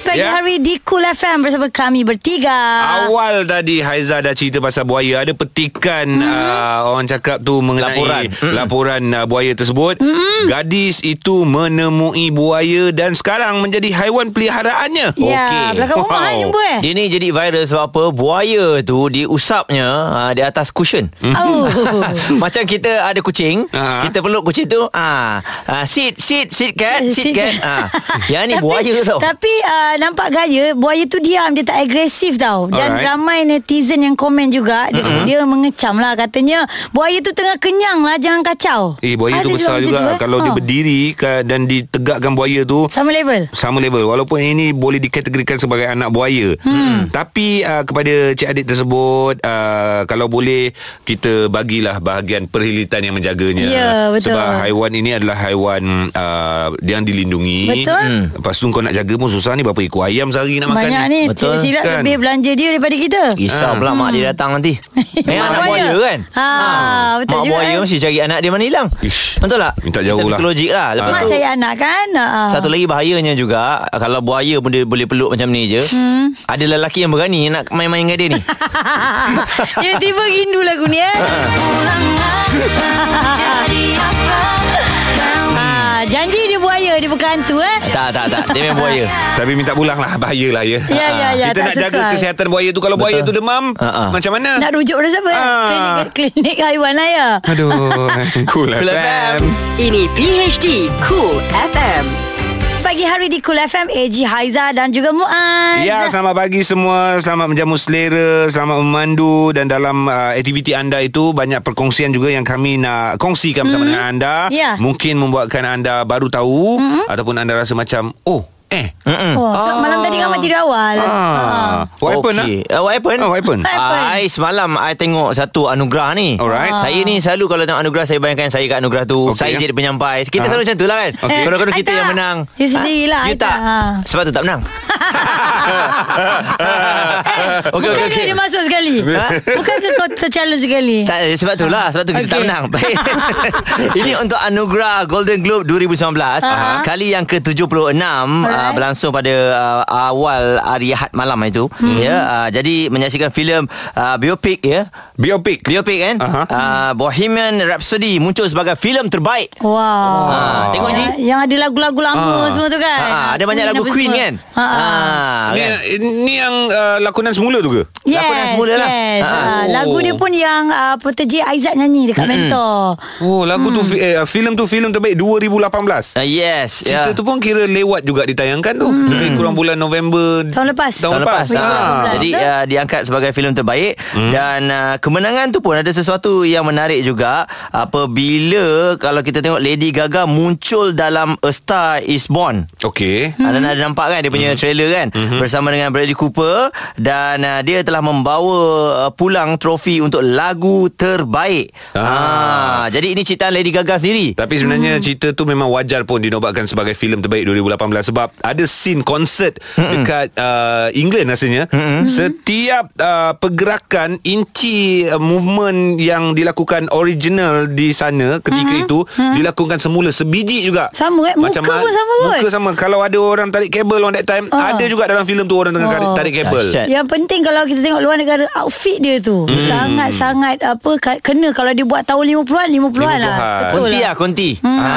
Pagi Ya. hari di Cool FM bersama kami bertiga. Ah. Awal tadi Haiza dah cerita pasal buaya Ada petikan hmm. Mhm. uh, Orang cakap tu mengenai Laporan. Laporan Laporan uh, buaya tersebut Mhm. hmm. Gadis itu menemui buaya Dan sekarang menjadi haiwan peliharaannya Ya, Okey. belakang rumah wow. jumpa eh. Dia ni jadi viral sebab apa Buaya tu diusapnya uh, Di atas cushion Hmm. Oh. Macam kita ada kucing Ah. Kita peluk kucing tu ah, ah, Sit, sit, sit cat Sit Eh, Sit. cat kan? ah. Yang ni Tapi- buaya tau Tapi uh, nampak gaya Buaya tu diam Dia tak agresif tau Dan Alright. Alright. ramai netizen yang komen juga Dia, mm-hmm. dia mengecam lah Katanya Buaya tu tengah kenyang lah Jangan kacau Eh buaya tu Ada besar macam juga, tu, eh? Kalau dia Oh. berdiri ka- Dan ditegakkan buaya tu Sama level sama level walaupun ini boleh dikategorikan sebagai anak buaya hmm. tapi uh, kepada cik adik tersebut uh, kalau boleh kita bagilah bahagian perhilitan yang menjaganya Ya, betul. sebab haiwan ini adalah haiwan uh, yang dilindungi Betul. Hmm. lepas tu kau nak jaga pun susah ni berapa ekor ayam sehari nak Banyak makan ni Betul, Betul Silap kan? kan? lebih belanja dia Daripada kita Risau Ha. pula mak dia datang nanti Memang anak buaya. buaya kan Ah, betul Mak juga, buaya kan? mesti cari anak dia mana hilang Ish. Betul tak? Minta jauh Kita lah. fikir logik lah Lepas Mak tu cari anak kan Ah. Satu lagi bahayanya juga Kalau buaya pun dia boleh peluk macam ni je hmm. Ada lelaki yang berani Nak main-main dengan dia ni Ya tiba rindu lagu ni eh. Ah, janji dia buaya dia bukan hantu eh. Tak, tak, tak Dia main buaya tapi minta pulang lah bahayalah ya Ya, ya, ya, kita tak nak jaga sesuai. kesihatan buaya tu kalau buaya tu demam Ah, ah. macam mana Nak rujuk pada siapa? Ah. Klinik klinik haiwan lah ya. aduh cool Cool FM. FM Ini PHD Cool FM Pagi hari di Cool FM AG Haiza dan juga Muaz. Ya, selamat pagi semua. Selamat menjamu selera, selamat memandu dan dalam uh, aktiviti anda itu banyak perkongsian juga yang kami nak kongsikan bersama dengan anda. Ya. Mungkin membuatkan anda baru tahu ataupun anda rasa macam, "Oh, Eh mm. Oh, so malam tadi kan mak tidur awal. Ha. ah. What happened ah? okay. Uh, what happened? Oh, what happened? What happened? I semalam I tengok satu anugerah ni. Alright. Saya Ah. ni selalu kalau tengok anugerah saya bayangkan saya kat anugerah tu. Saya Okay. jadi penyampai. Kita Ah. selalu macam tu lah kan. Okay. Kalau-kalau I kita tak. yang menang. You sendirilah, Ah, You I tak. tak. Ah. Sebab tu tak menang. Eh, Okey okey bukan okey. dia masuk sekali? Ha? Bukan ke kau tercalon sekali? Tak, eh, sebab tu lah Sebab tu kita okay. tak Okey. menang Baik Ini untuk Anugerah Golden Globe 2019 Aha. Kali yang ke-76 uh, Alright. Berlangsung pada uh, awal hari Ahad malam itu hmm. ya, uh, Jadi menyaksikan filem uh, Biopic ya Biopic Biopic kan Aha. uh-huh. uh, Bohemian Rhapsody Muncul sebagai filem terbaik Wow. Ah, tengok, Ji. Yang- Yang ada lagu-lagu lama Ah. semua tu kan. Ah, Ada banyak lagu apa Queen semua. kan Ha. Ah, Ni, kan? ni yang uh, lakonan semula tu ke? Yes, Lakonan semula lah. yes. Ah. Ah, Lagu dia pun yang uh, Peterji Aizat nyanyi dekat mentor. Oh lagu tu fi- eh, filem tu filem terbaik 2018. Uh, yes Cerita tu pun kira lewat juga ditayangkan tu. Lebih kurang bulan November Tahun lepas. Tahun, Tahun lepas, lepas. ha. Ah. Jadi Betul. uh, diangkat sebagai filem terbaik hmm. Dan uh, kemenangan tu pun ada sesuatu yang menarik juga Apabila kalau kita tengok Lady Gaga muncul dalam A Star Is Born Okey. Hmm. Anda ada nampak kan dia punya trailer kan hmm. bersama dengan Bradley Cooper dan uh, dia telah membawa uh, pulang trofi untuk lagu terbaik. Ah. jadi ini cerita Lady Gaga sendiri. Tapi sebenarnya hmm. cerita tu memang wajar pun dinobatkan sebagai filem terbaik 2018 sebab ada scene konsert hmm. dekat uh, England rasanya. Hmm. Setiap uh, pergerakan inci uh, movement yang dilakukan original di sana ketika hmm. itu hmm. dilakukan semula sebiji juga. Sama, eh? Muka pun sama kot. Muka sama. Kalau ada orang tarik kabel on that time Ah. ada juga dalam filem tu orang tengah oh. Oh. tarik kabel. Dahsyat. Yang penting kalau kita tengok luar negara outfit dia tu Mm. sangat-sangat apa ka- kena kalau dia buat tahun 50-an 50-an, 50-an. lah. 50-an. Betul Konti lah konti hmm. ha,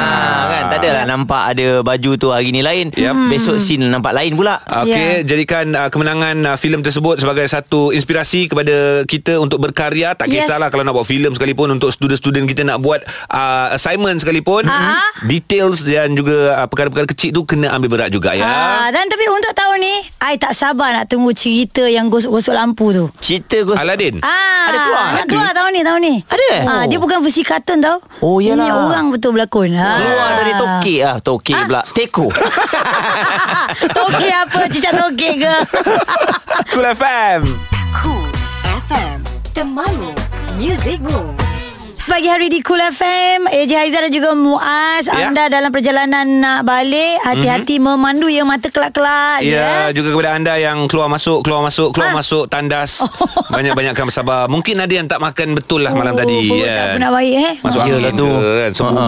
kan Tak adalah nampak ada baju tu hari ni lain yep. Hmm. Besok scene nampak lain pula Ya. Okey, yeah. jadikan uh, kemenangan uh, filem tersebut sebagai satu inspirasi kepada kita untuk berkarya. Tak Yes. kisahlah kalau nak buat filem sekalipun untuk student-student kita nak buat uh, assignment sekalipun. Ah. Details dan juga uh, perkara-perkara kecil tu kena ambil berat juga ya. Ah, dan tapi untuk tahun ni I tak sabar nak tunggu cerita yang gosok-gosok lampu tu. Cerita gos- Aladin. Ah, Ada keluar? Nak keluar tahun ni, tahun ni. Ada? Ah, dia bukan versi kartun tau. Oh, Ini iyalah. orang betul berlakon. Ha. Keluar dari tokek ah, Tokek Ah. pula Teko Tokek apa? Cicak tokek ke? Cool FM. Cool FM Temanmu Music Rules Pagi hari di Cool FM AJ Haizan dan juga Muaz Ya. Anda dalam perjalanan nak balik Hati-hati memandu ya Mata kelak-kelak Ya, ya. juga kepada anda yang keluar masuk, keluar masuk, keluar Ah. masuk tandas. Banyak-banyakkan bersabar. Mungkin ada yang tak makan betul lah malam Oh, tadi. perut tak pernah baik, eh. Masuk Yelah angin tu. tu. ke kan, semua.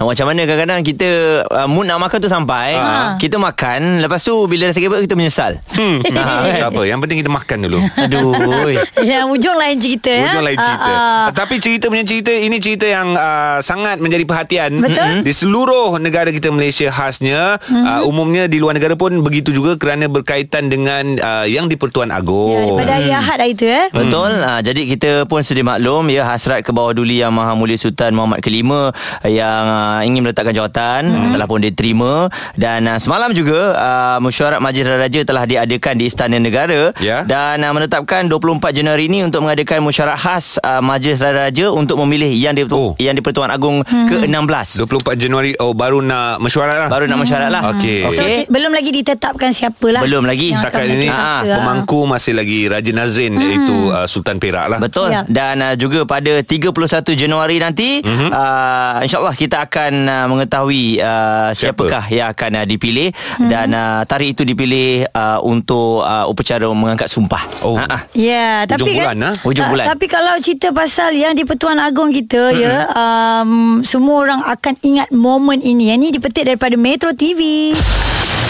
Ah, Macam mana kadang-kadang kita uh, Mood nak makan tu sampai Ah. Kita makan Lepas tu bila rasa kebab kita menyesal Hmm. tak apa, yang penting kita makan dulu. Aduh oi. Yang ujung lain cerita ya. Ujung lain cerita Ah, ah. Tapi cerita punya cerita Ini cerita yang uh, Sangat menjadi perhatian Mm-hmm. Betul. Mm-hmm. Di seluruh negara kita Malaysia khasnya uh, Umumnya di luar negara pun Begitu juga Kerana berkaitan dengan uh, Yang di-Pertuan Ya, Agong daripada hari Ahad hari tu eh. Betul ha, Jadi kita pun sedia maklum Ya hasrat ke bawah duli Yang Maha Mulia Sultan Muhammad kelima Yang uh, ingin meletakkan jawatan hmm. Telah pun diterima Dan uh, semalam juga uh, Mesyuarat Majlis Raja Telah diadakan di Istana Negara Ya. Dan uh, menetapkan 24 Januari ini Untuk mengadakan mesyuarat khas uh, Majlis Raja Untuk memilih Yang di, oh. Oh. yang di Pertuan Agong hmm. ke-16 24 Januari Oh baru nak mesyuarat lah Baru nak mesyuarat lah Okey. So, Okey. okay. belum lagi ditetapkan siapalah. Belum lagi. Yang akan Setakat ini menjadi ah, kata, ah. Pemangku masih lagi Raja Nazrin Mm-hmm. Iaitu uh, Sultan Perak lah Betul. Ya. Ya. Dan uh, juga pada 31 Januari nanti Mhm. mm-hmm. uh, insyaallah kita akan uh, mengetahui uh, Siapa? siapakah yang akan uh, dipilih Mhm. mm-hmm. dan uh, tarikh itu dipilih uh, untuk uh, upacara mengangkat sumpah. Ah, Oh. Ha-ha. Ya, Hujung tapi bulan, kan, ah. Hujung bulan. ha? tapi kalau cerita pasal yang di Pertuan Agong kita mm-hmm. ya, um, semua orang akan ingat momen ini. Yang ni dipetik daripada Metro TV.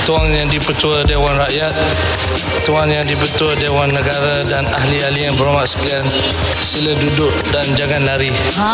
Tuan Yang di-Pertua Dewan Rakyat, Tuan Yang di-Pertua Dewan Negara dan ahli-ahli yang berhormat sekalian, sila duduk dan jangan lari. Ha.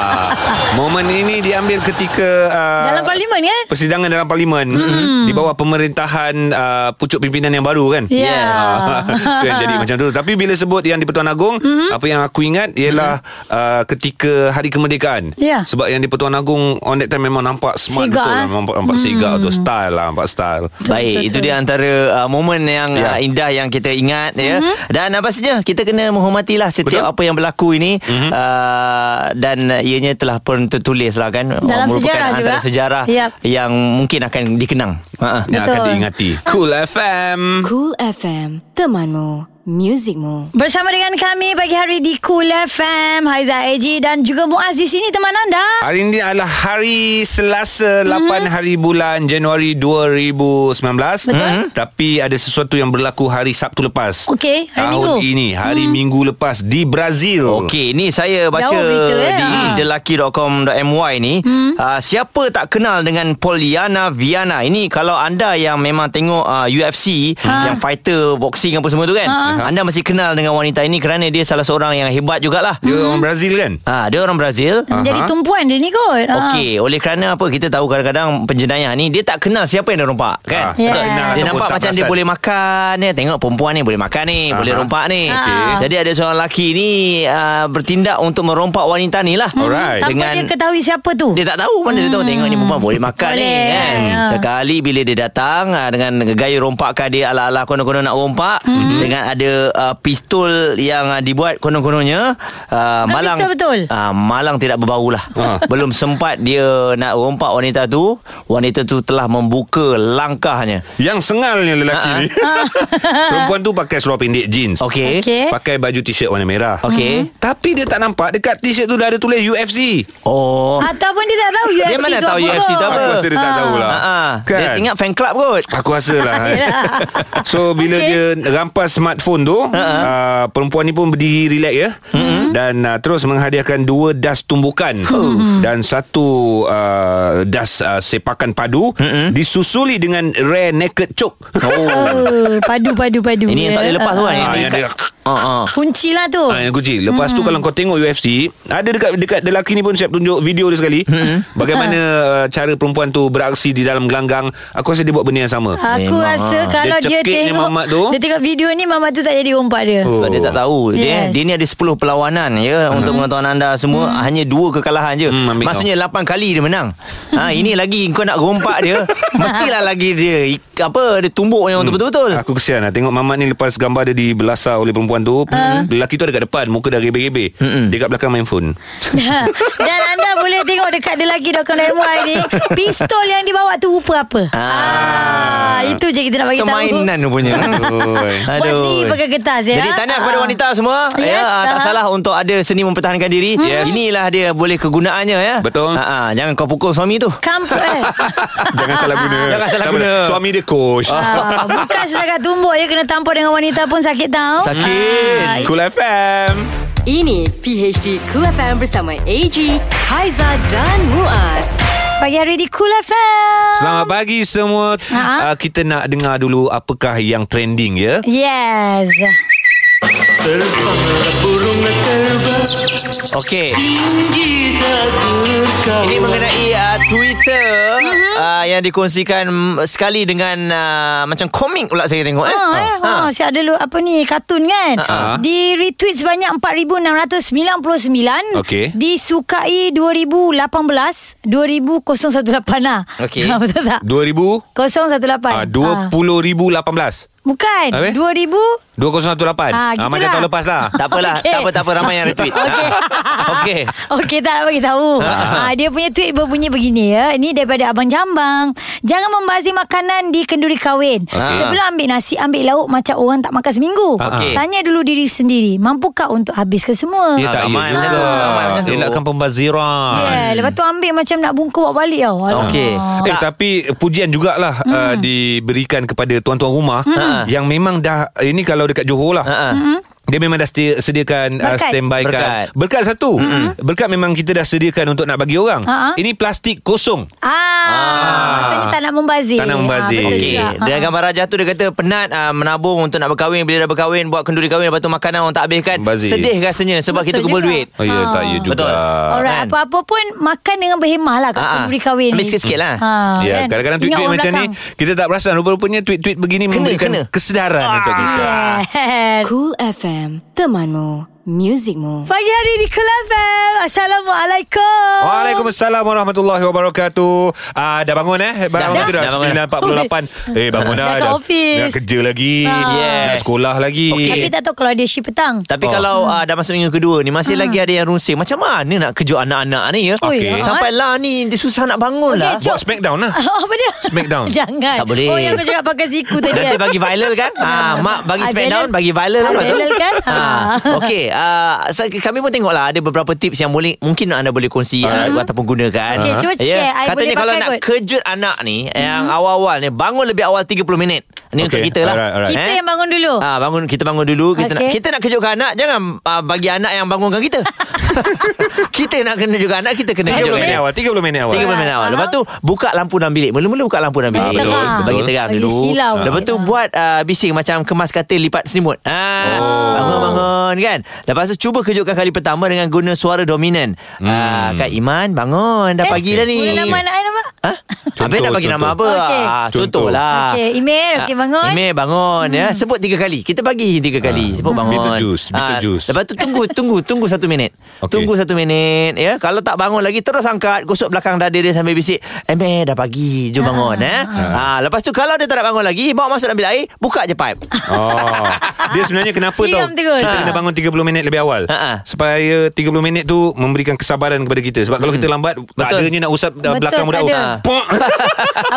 Ah, Momen ini diambil ketika uh, Dalam parlimen kan? Persidangan dalam parlimen mm-hmm. Di bawah pemerintahan uh, Pucuk pimpinan yang baru kan Ya. Yeah. Ah, Itu yang jadi macam tu Tapi bila sebut yang di Pertuan Agong mm-hmm. Apa yang aku ingat Ialah mm-hmm. uh, Ketika hari kemerdekaan Ya. Sebab yang di Pertuan Agong On that time memang nampak smart Sigak, betul eh? Nampak, nampak mm-hmm. tu Style style lah Nampak style Baik, itu dia antara uh, momen yang Ya. yeah. uh, indah yang kita ingat ya. Mhm. Dan apa saja kita kena menghormatilah setiap Betul. Mhm. apa yang berlaku ini mm-hmm. uh, dan uh, ianya telah pun tertulis lah kan Dalam merupakan sejarah antara juga. sejarah Yap. yang mungkin akan dikenang. Ha. Yang akan Betul. diingati Cool FM Cool FM, temanmu, muzikmu. Bersama dengan kami pagi hari di Cool FM Haiza Eji dan juga Muaz di sini teman anda Hari ini adalah hari Selasa 8 Mhm. hari bulan Januari 2019 Betul Mhm. Tapi ada sesuatu yang berlaku hari Sabtu lepas Okey, hari Tahun Minggu. Mhm. ini Hari Minggu lepas Di Brazil Okey, ni saya baca Jauh berita, eh? di Ha. thelucky.com.my ni hmm. uh, siapa tak kenal dengan Poliana Viana. Ini kalau anda yang memang tengok uh, UFC Ha. yang fighter boxing apa semua tu kan. Anda mesti kenal dengan wanita ini kerana dia salah seorang yang hebat jugalah. Dia Hmm. Mhm. orang Brazil kan Ah, dia orang Brazil. Jadi tumpuan dia ni kot Ah. Okey, oleh kerana apa kita tahu kadang-kadang penjenayah ni dia tak kenal siapa yang dia rompak kan. Ah, Ya. tak Dia kenal ataupun nampak tak macam dia perasan. boleh makan ya. Tengok perempuan ni boleh makan ni Aha. Boleh rompak ni Okey. Jadi ada seorang lelaki ni uh, Bertindak untuk merompak wanita ni lah Alright. Tanpa Dengan dia ketahui siapa tu dia tak tahu mana dia tahu tengok ni perempuan boleh makan Boleh. ni kan. Hmm. Sekali bila dia datang ah, dengan gaya rompakkan dia ala-ala konon-konon nak rompak Hmm. dengan ada uh, pistol yang uh, dibuat konon-kononnya uh, Bukan malang Ah, pistol betul. Uh, malang tidak berbau lah. Ha. Belum sempat dia nak rompak wanita tu, wanita tu telah membuka langkahnya. Yang sengalnya lelaki ni Perempuan tu pakai seluar pendek jeans Ah. Okey. Ah. Okey. Mhm. Pakai baju t-shirt warna merah Okey. Tapi dia tak nampak Dekat t-shirt tu dah ada tulis UFC Oh. Ataupun dia tak tahu UFC Dia mana tu tahu apa UFC tu kot. apa? Aku rasa dia Ah. tak tahulah Ha, ha. Dia Kan? ingat fan club kot. Aku rasa lah So bila okay. dia rampas smartphone tu uh, Perempuan ni pun berdiri relax ya Dan uh, terus menghadiahkan dua das tumbukan Oh. Dan satu uh, das uh, sepakan padu Disusuli dengan rare naked choke Oh, Padu padu padu Ini yang tak boleh lepas tu kan. Ah, Ini yang kat- dia Ha, ha. Kunci lah tu Ah, yang kunci. Lepas tu kalau kau tengok UFC, ada dekat dekat lelaki ni pun siap tunjuk video dia sekali. Bagaimana uh, cara perempuan tu beraksi di dalam gelanggang. Aku rasa dia buat benda yang sama. Aku Memang, rasa ah. kalau Dia dia, cekik ni tengok mamat tu. Dia tengok video ni Mamat tu tak jadi rompak dia Oh. Sebab dia tak tahu dia Yes. Hmm. dia ni ada 10 perlawanan ya untuk pengetahuan anda semua hanya dua kekalahan je. Hmm, ambil Maksudnya 8 kali dia menang. ha ini lagi kau nak rompak dia mestilah lagi dia ik- apa dia tumbuk yang betul-betul. Hmm. Aku kesian lah Tengok mamat ni lepas gambar dia dibelasah oleh perempuan tu Lelaki tu ada kat depan Muka dah rebe-rebe Dia kat belakang main phone Ha. Dan anda boleh tengok Dekat dia lagi Doktor MY ni Pistol yang dibawa tu Rupa apa ah. Itu je kita nak bagi tahu Permainan punya. Oi. Buat sendiri pakai kertas, ya. Jadi tanya kepada Ah. wanita semua Yes, ya ah, tak ah. Mm-hmm. salah untuk ada seni mempertahankan diri. Yes. Inilah dia boleh kegunaannya ya. Betul. Ha, ha, jangan kau pukul suami tu. Kamp eh. Jangan salah guna Jangan salah Tak boleh. guna. Suami dia coach ah, bukan setakat tumbuk ya kena tampar dengan wanita pun sakit tau. Sakit. Ah, Cool FM Ini PHD Cool FM bersama AG, Haiza dan Muaz. Pagi hari di Cool FM. Selamat pagi semua Ha? uh, Kita nak dengar dulu Apakah yang trending ya Yes. Okey. Ini mengenai uh, Twitter mm-hmm. uh, yang dikongsikan mm, sekali dengan uh, macam komik pula saya tengok eh. Ha, eh. ha. Ha. siap ada lu- apa ni kartun kan. Ha. Di retweet sebanyak 4699. Okey. Disukai 2018 2018 lah. Okey. Ha, betul tak? 2000 uh, 20018 018. Ha. Ah, Bukan. Habis? 2018 2000 Ah, Ah, Macam gitulah. tahun lepas lah Tak apalah, Okey. okay. tak apa tak apa ramai yang retweet. Ah. Okey. Okey. ah. Okey tak nak bagi tahu. ha, dia punya tweet berbunyi begini ya. Ini daripada abang Jambang. Jangan membazir makanan di kenduri kahwin. Okey. Sebelum ambil nasi, ambil lauk macam orang tak makan seminggu. Okey. Tanya dulu diri sendiri, mampukah untuk habiskan semua? Dia Ah, tak ya ramai juga macam tu, ramai lah. macam tu. Elakkan pembaziran Yeah, Ya, lepas tu ambil macam nak bungkus bawa balik tau. Alamak. Ah, ya. Okey. Eh tapi pujian jugalah hmm. uh, diberikan kepada tuan-tuan rumah hmm. yang memang dah ini kalau dekat Johor lah. Ha. Dia memang dah sedia, sediakan uh, Berkat. standby kan. Berkat. Berkat satu. Mm-hmm. Berkat memang kita dah sediakan untuk nak bagi orang. Ha-ha. Ini plastik kosong. Ah, maksudnya tak nak membazir. Tak nak membazir. Ah, betul Okey. juga. Dengan gambar rajah tu dia kata penat uh, menabung untuk nak berkahwin bila dah berkahwin buat kenduri kahwin lepas tu makanan orang tak habiskan. Bazir. Sedih rasanya sebab Betul kita kumpul juga. duit. Oh ya tak ya juga. Betul. Ah, kan? Alright, apa-apa pun makan dengan berhemah lah kat Ah, ah. kenduri kahwin Ambil ni. sikit-sikit lah. Ha, Ya, kan? kadang-kadang Ingat tweet-tweet orang macam belakang. ni kita tak perasan rupa-rupanya tweet-tweet begini Kena, memberikan Ah. kena. kesedaran untuk kita. Yes. Cool FM, temanmu, Musicmu. Pagi hari di Kelab FM. Assalamualaikum. Waalaikumsalam warahmatullahi wabarakatuh. Ah dah bangun eh? Bangun Dah. dah, dah, Dah bangun. dah 9.48. Eh bangun dah. Dah kat office. Dah kerja lagi. Ah. Yes. Dah sekolah lagi. Okey. Tapi tak tahu kalau ada shift petang. Tapi Oh. oh. kalau uh, dah masuk minggu kedua ni Hmm. Masih lagi ada yang rungsing Macam mana nak kejut anak-anak ni ya Okey. Sampai lah ni dia Susah nak bangun Okey, lah jom. Buat smackdown lah. Apa dia? Smackdown. Oh, Jangan. Tak boleh. Oh yang kau cakap pakai siku tadi Nanti kan? bagi viral kan ah, Mak bagi Ah, smackdown viral. Bagi viral Ah, apa tu viral kan? Ah. Okey ah, sa- Kami pun tengok lah Ada beberapa tips yang boleh Mungkin anda boleh kongsi ah. Ataupun gunakan Mhm. Ya. Okey, cuba share. Katanya I boleh kalau pakai nak kot. Mhm. kejut anak ni Yang awal-awal ni Bangun lebih awal 30 minit Ni untuk Okey, kita lah alright, alright. Kita yang bangun dulu. Ah bangun kita bangun dulu kita okay. nak Okey. kita nak kejutkan anak jangan ah, bagi anak yang bangunkan kita. kita nak kena juga anak kita kena 30 kejutkan. dia. minit awal. 30 minit awal. 30 minit awal. Aha. Lepas tu buka lampu dalam bilik. Mula-mula buka lampu dalam bilik. Ah, betul, betul. Bagi terang Bagi dulu. silau. Lepas tu Ah. buat uh, bising macam kemas katil lipat selimut. Ah, Oh. bangun-bangun kan. Lepas tu cuba kejutkan kali pertama dengan guna suara dominan. Ah, Kak Iman bangun dah Ah, pagi dah ni. Hmm. Eh, Boleh nama anak I nama? Ha? Habis nak bagi contoh. nama apa? Okey. Ah, Contoh. contohlah. Okey, Imel, okey, bangun. Hmm. Imel bangun ya. Sebut tiga kali. Kita bagi tiga kali. Sebut bangun. Ah, Ah, Beetlejuice, Beetlejuice. lepas tu tunggu, tunggu, tunggu satu minit. Okey. Tunggu satu minit ya. Kalau tak bangun lagi terus angkat, gosok belakang dada dia sambil bisik, "Imel dah pagi, jom bangun Ah. ya." Ah. Ha, lepas tu kalau dia tak nak bangun lagi, bawa masuk ambil air, buka je pipe. Oh. Dia sebenarnya kenapa Siram tau terus. Kita Ha. kena bangun 30 minit lebih awal Ha-ha. Supaya 30 minit tu Memberikan kesabaran kepada kita Sebab kalau kita lambat Tak Hmm. Betul. adanya nak usap dah Betul, belakang tak budak tu. ada. Pok.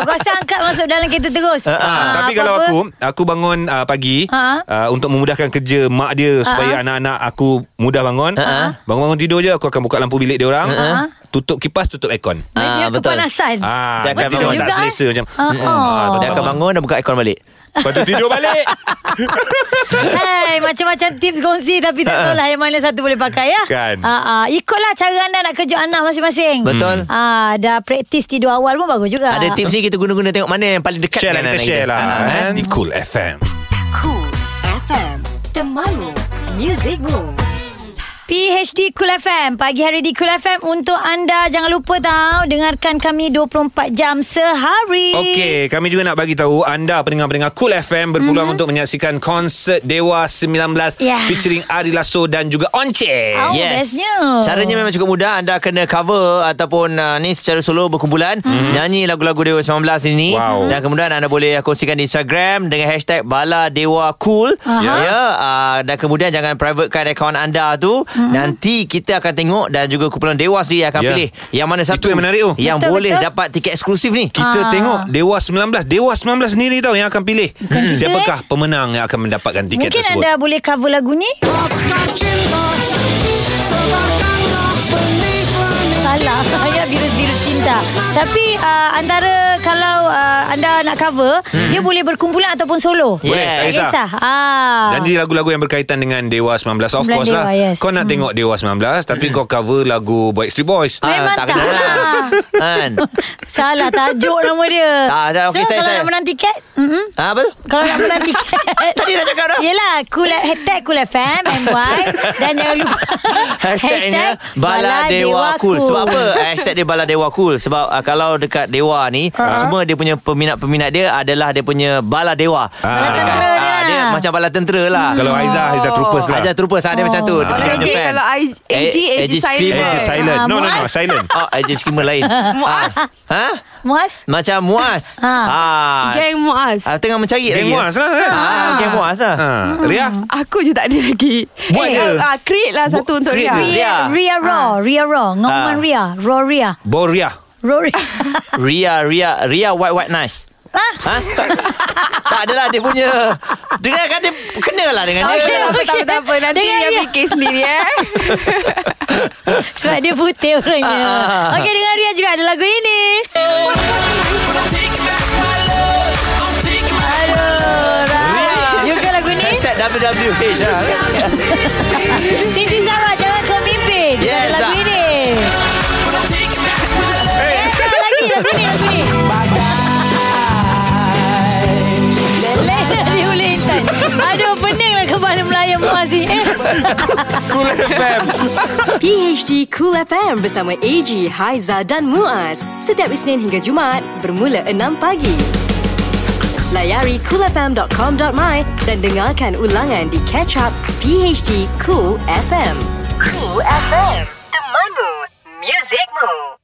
Aku rasa angkat masuk dalam kereta terus. Ah, tapi apa-apa. kalau aku Aku bangun uh, pagi Ha. uh, Untuk memudahkan kerja Mak dia Supaya anak-anak aku Mudah bangun Ha. Bangun-bangun tidur je Aku akan buka lampu bilik dia orang Ha? Tutup kipas Tutup aircon Bagi Ah, dia betul. kepanasan. Ah, Dia akan nanti dia bangun orang tak juga, eh? selesa macam Ah, oh. lepas tu Dia akan bangun dan buka aircon balik. Lepas tu tidur balik Hai, macam-macam tips kongsi tapi tak tahulah yang mana satu boleh pakai ya. Ah, Kan. Ah, ah, ikutlah cara anda nak kejut anak masing-masing. Hmm. Betul. Ah, dah praktis tidur awal pun bagus juga. Ada tips ni kita guna-guna tengok mana yang paling dekat Share lah dengan kita anak share lah Ah, kan? kan? Di Cool FM Cool FM. Temanmu. Music Moves. PHD Cool FM Pagi hari di Cool FM Untuk anda Jangan lupa tau Dengarkan kami 24 jam sehari Okey, kami juga nak bagi tahu anda pendengar-pendengar Cool FM berpeluang mm-hmm. untuk menyaksikan konsert Dewa 19 Ya. featuring Ari Lasso dan juga Once. Oh, Yes bestnya. Caranya memang cukup mudah Anda kena cover Ataupun uh, ni secara solo Berkumpulan mm-hmm. Nyanyi lagu-lagu Dewa 19 ini Mhm. Wow. Dan kemudian anda boleh kongsikan di Instagram Dengan hashtag Bala Dewa Cool Aha. Ya uh, Dan kemudian jangan privatekan akaun anda tu Mhm. mm-hmm. Nanti kita akan tengok Dan juga kumpulan Dewa sendiri akan Ya. pilih Yang mana satu Itu yang menarik oh. tu. Yang Betul, boleh betul. dapat tiket eksklusif ni Kita Ah. tengok Dewa 19 Dewa 19 sendiri tau Yang akan pilih kita, eh? Siapakah pemenang Yang akan mendapatkan tiket Mungkin tersebut anda boleh cover lagu ni Salah Saya virus-virus cinta Tapi uh, Antara Kalau uh, anda nak cover Dia boleh berkumpulan Ataupun solo Hmm. Boleh, tak Tak kisah. kisah ah. Janji lagu-lagu yang berkaitan dengan Dewa 19 Of Bulan course Dewa, lah yes. Hmm. Kau nak tengok Dewa 19 Tapi kau cover lagu Backstreet Boys Ah, Memang tak tak kena lah. Kan Salah tajuk nama dia Tak, tak, okey, So saya- kalau saya- nak menang tiket mm-mm. ah, Apa tu? Kalau nak menang tiket Tadi dah cakap dah. Yelah cool, Hashtag Cool FM MY Dan jangan lupa Hashtagnya Bala Dewa Cool. Sebab apa Eh, hashtag dia Bala Dewa Cool? Sebab uh, kalau dekat Dewa ni uh-huh. semua dia punya peminat-peminat dia adalah dia punya Bala Dewa. Bala tentera Ah, dia. dia macam bala tentera lah. Oh. Kalau Ah. Aizah Aizah Troopers lah Ajar terupa saat dia macam tu. Kalau Dia AJ, fan. kalau Aiz- AJ, AJ Eh, silent. Eh, screamer. Silent No no no Muaz. Silent Oh, AJ skimmer lain. Muaz. Ah. Ha? Muaz Macam muas. Ha. Ah. Geng Muaz Ah, tengah mencari Geng lagi. Muaz lah kan? Ah, geng muas lah. ha. Ria Aku je tak ada lagi Buat je. ah, ah, Create lah satu untuk Ria create Ah. dulu. Ria. Ria Raw Ria Raw Ngoman Ah. Ria Raw Ria Boria Raw Ria Ria, Ria, Ria white white nice. Ha? tak adalah dia punya. Dengarkan dia kenalah dengan dia. Okay, Ya, tak apa, tak apa, tak apa. Nanti Dengan Ria Ria. fikir sendiri eh Sebab dia putih orangnya Ah. Okey dengan Ria juga ada lagu ini Aduh Rai You ke lagu ni Hashtag WWH lah. Siti Sarah jangan kau mimpin Yes, Ada lagu Zah. ini Eh, Sarah lagi lagu ni lagu ni Lena Diulintan Aduh pening lah kepala Melayu Muazi Eh Cool FM PHD Cool FM bersama AG, Haiza dan Muaz. Setiap Isnin hingga Jumaat bermula 6 pagi. Layari coolfm.com.my dan dengarkan ulangan di Catch Up PHD Cool FM. Cool FM. Temanmu. Muzikmu.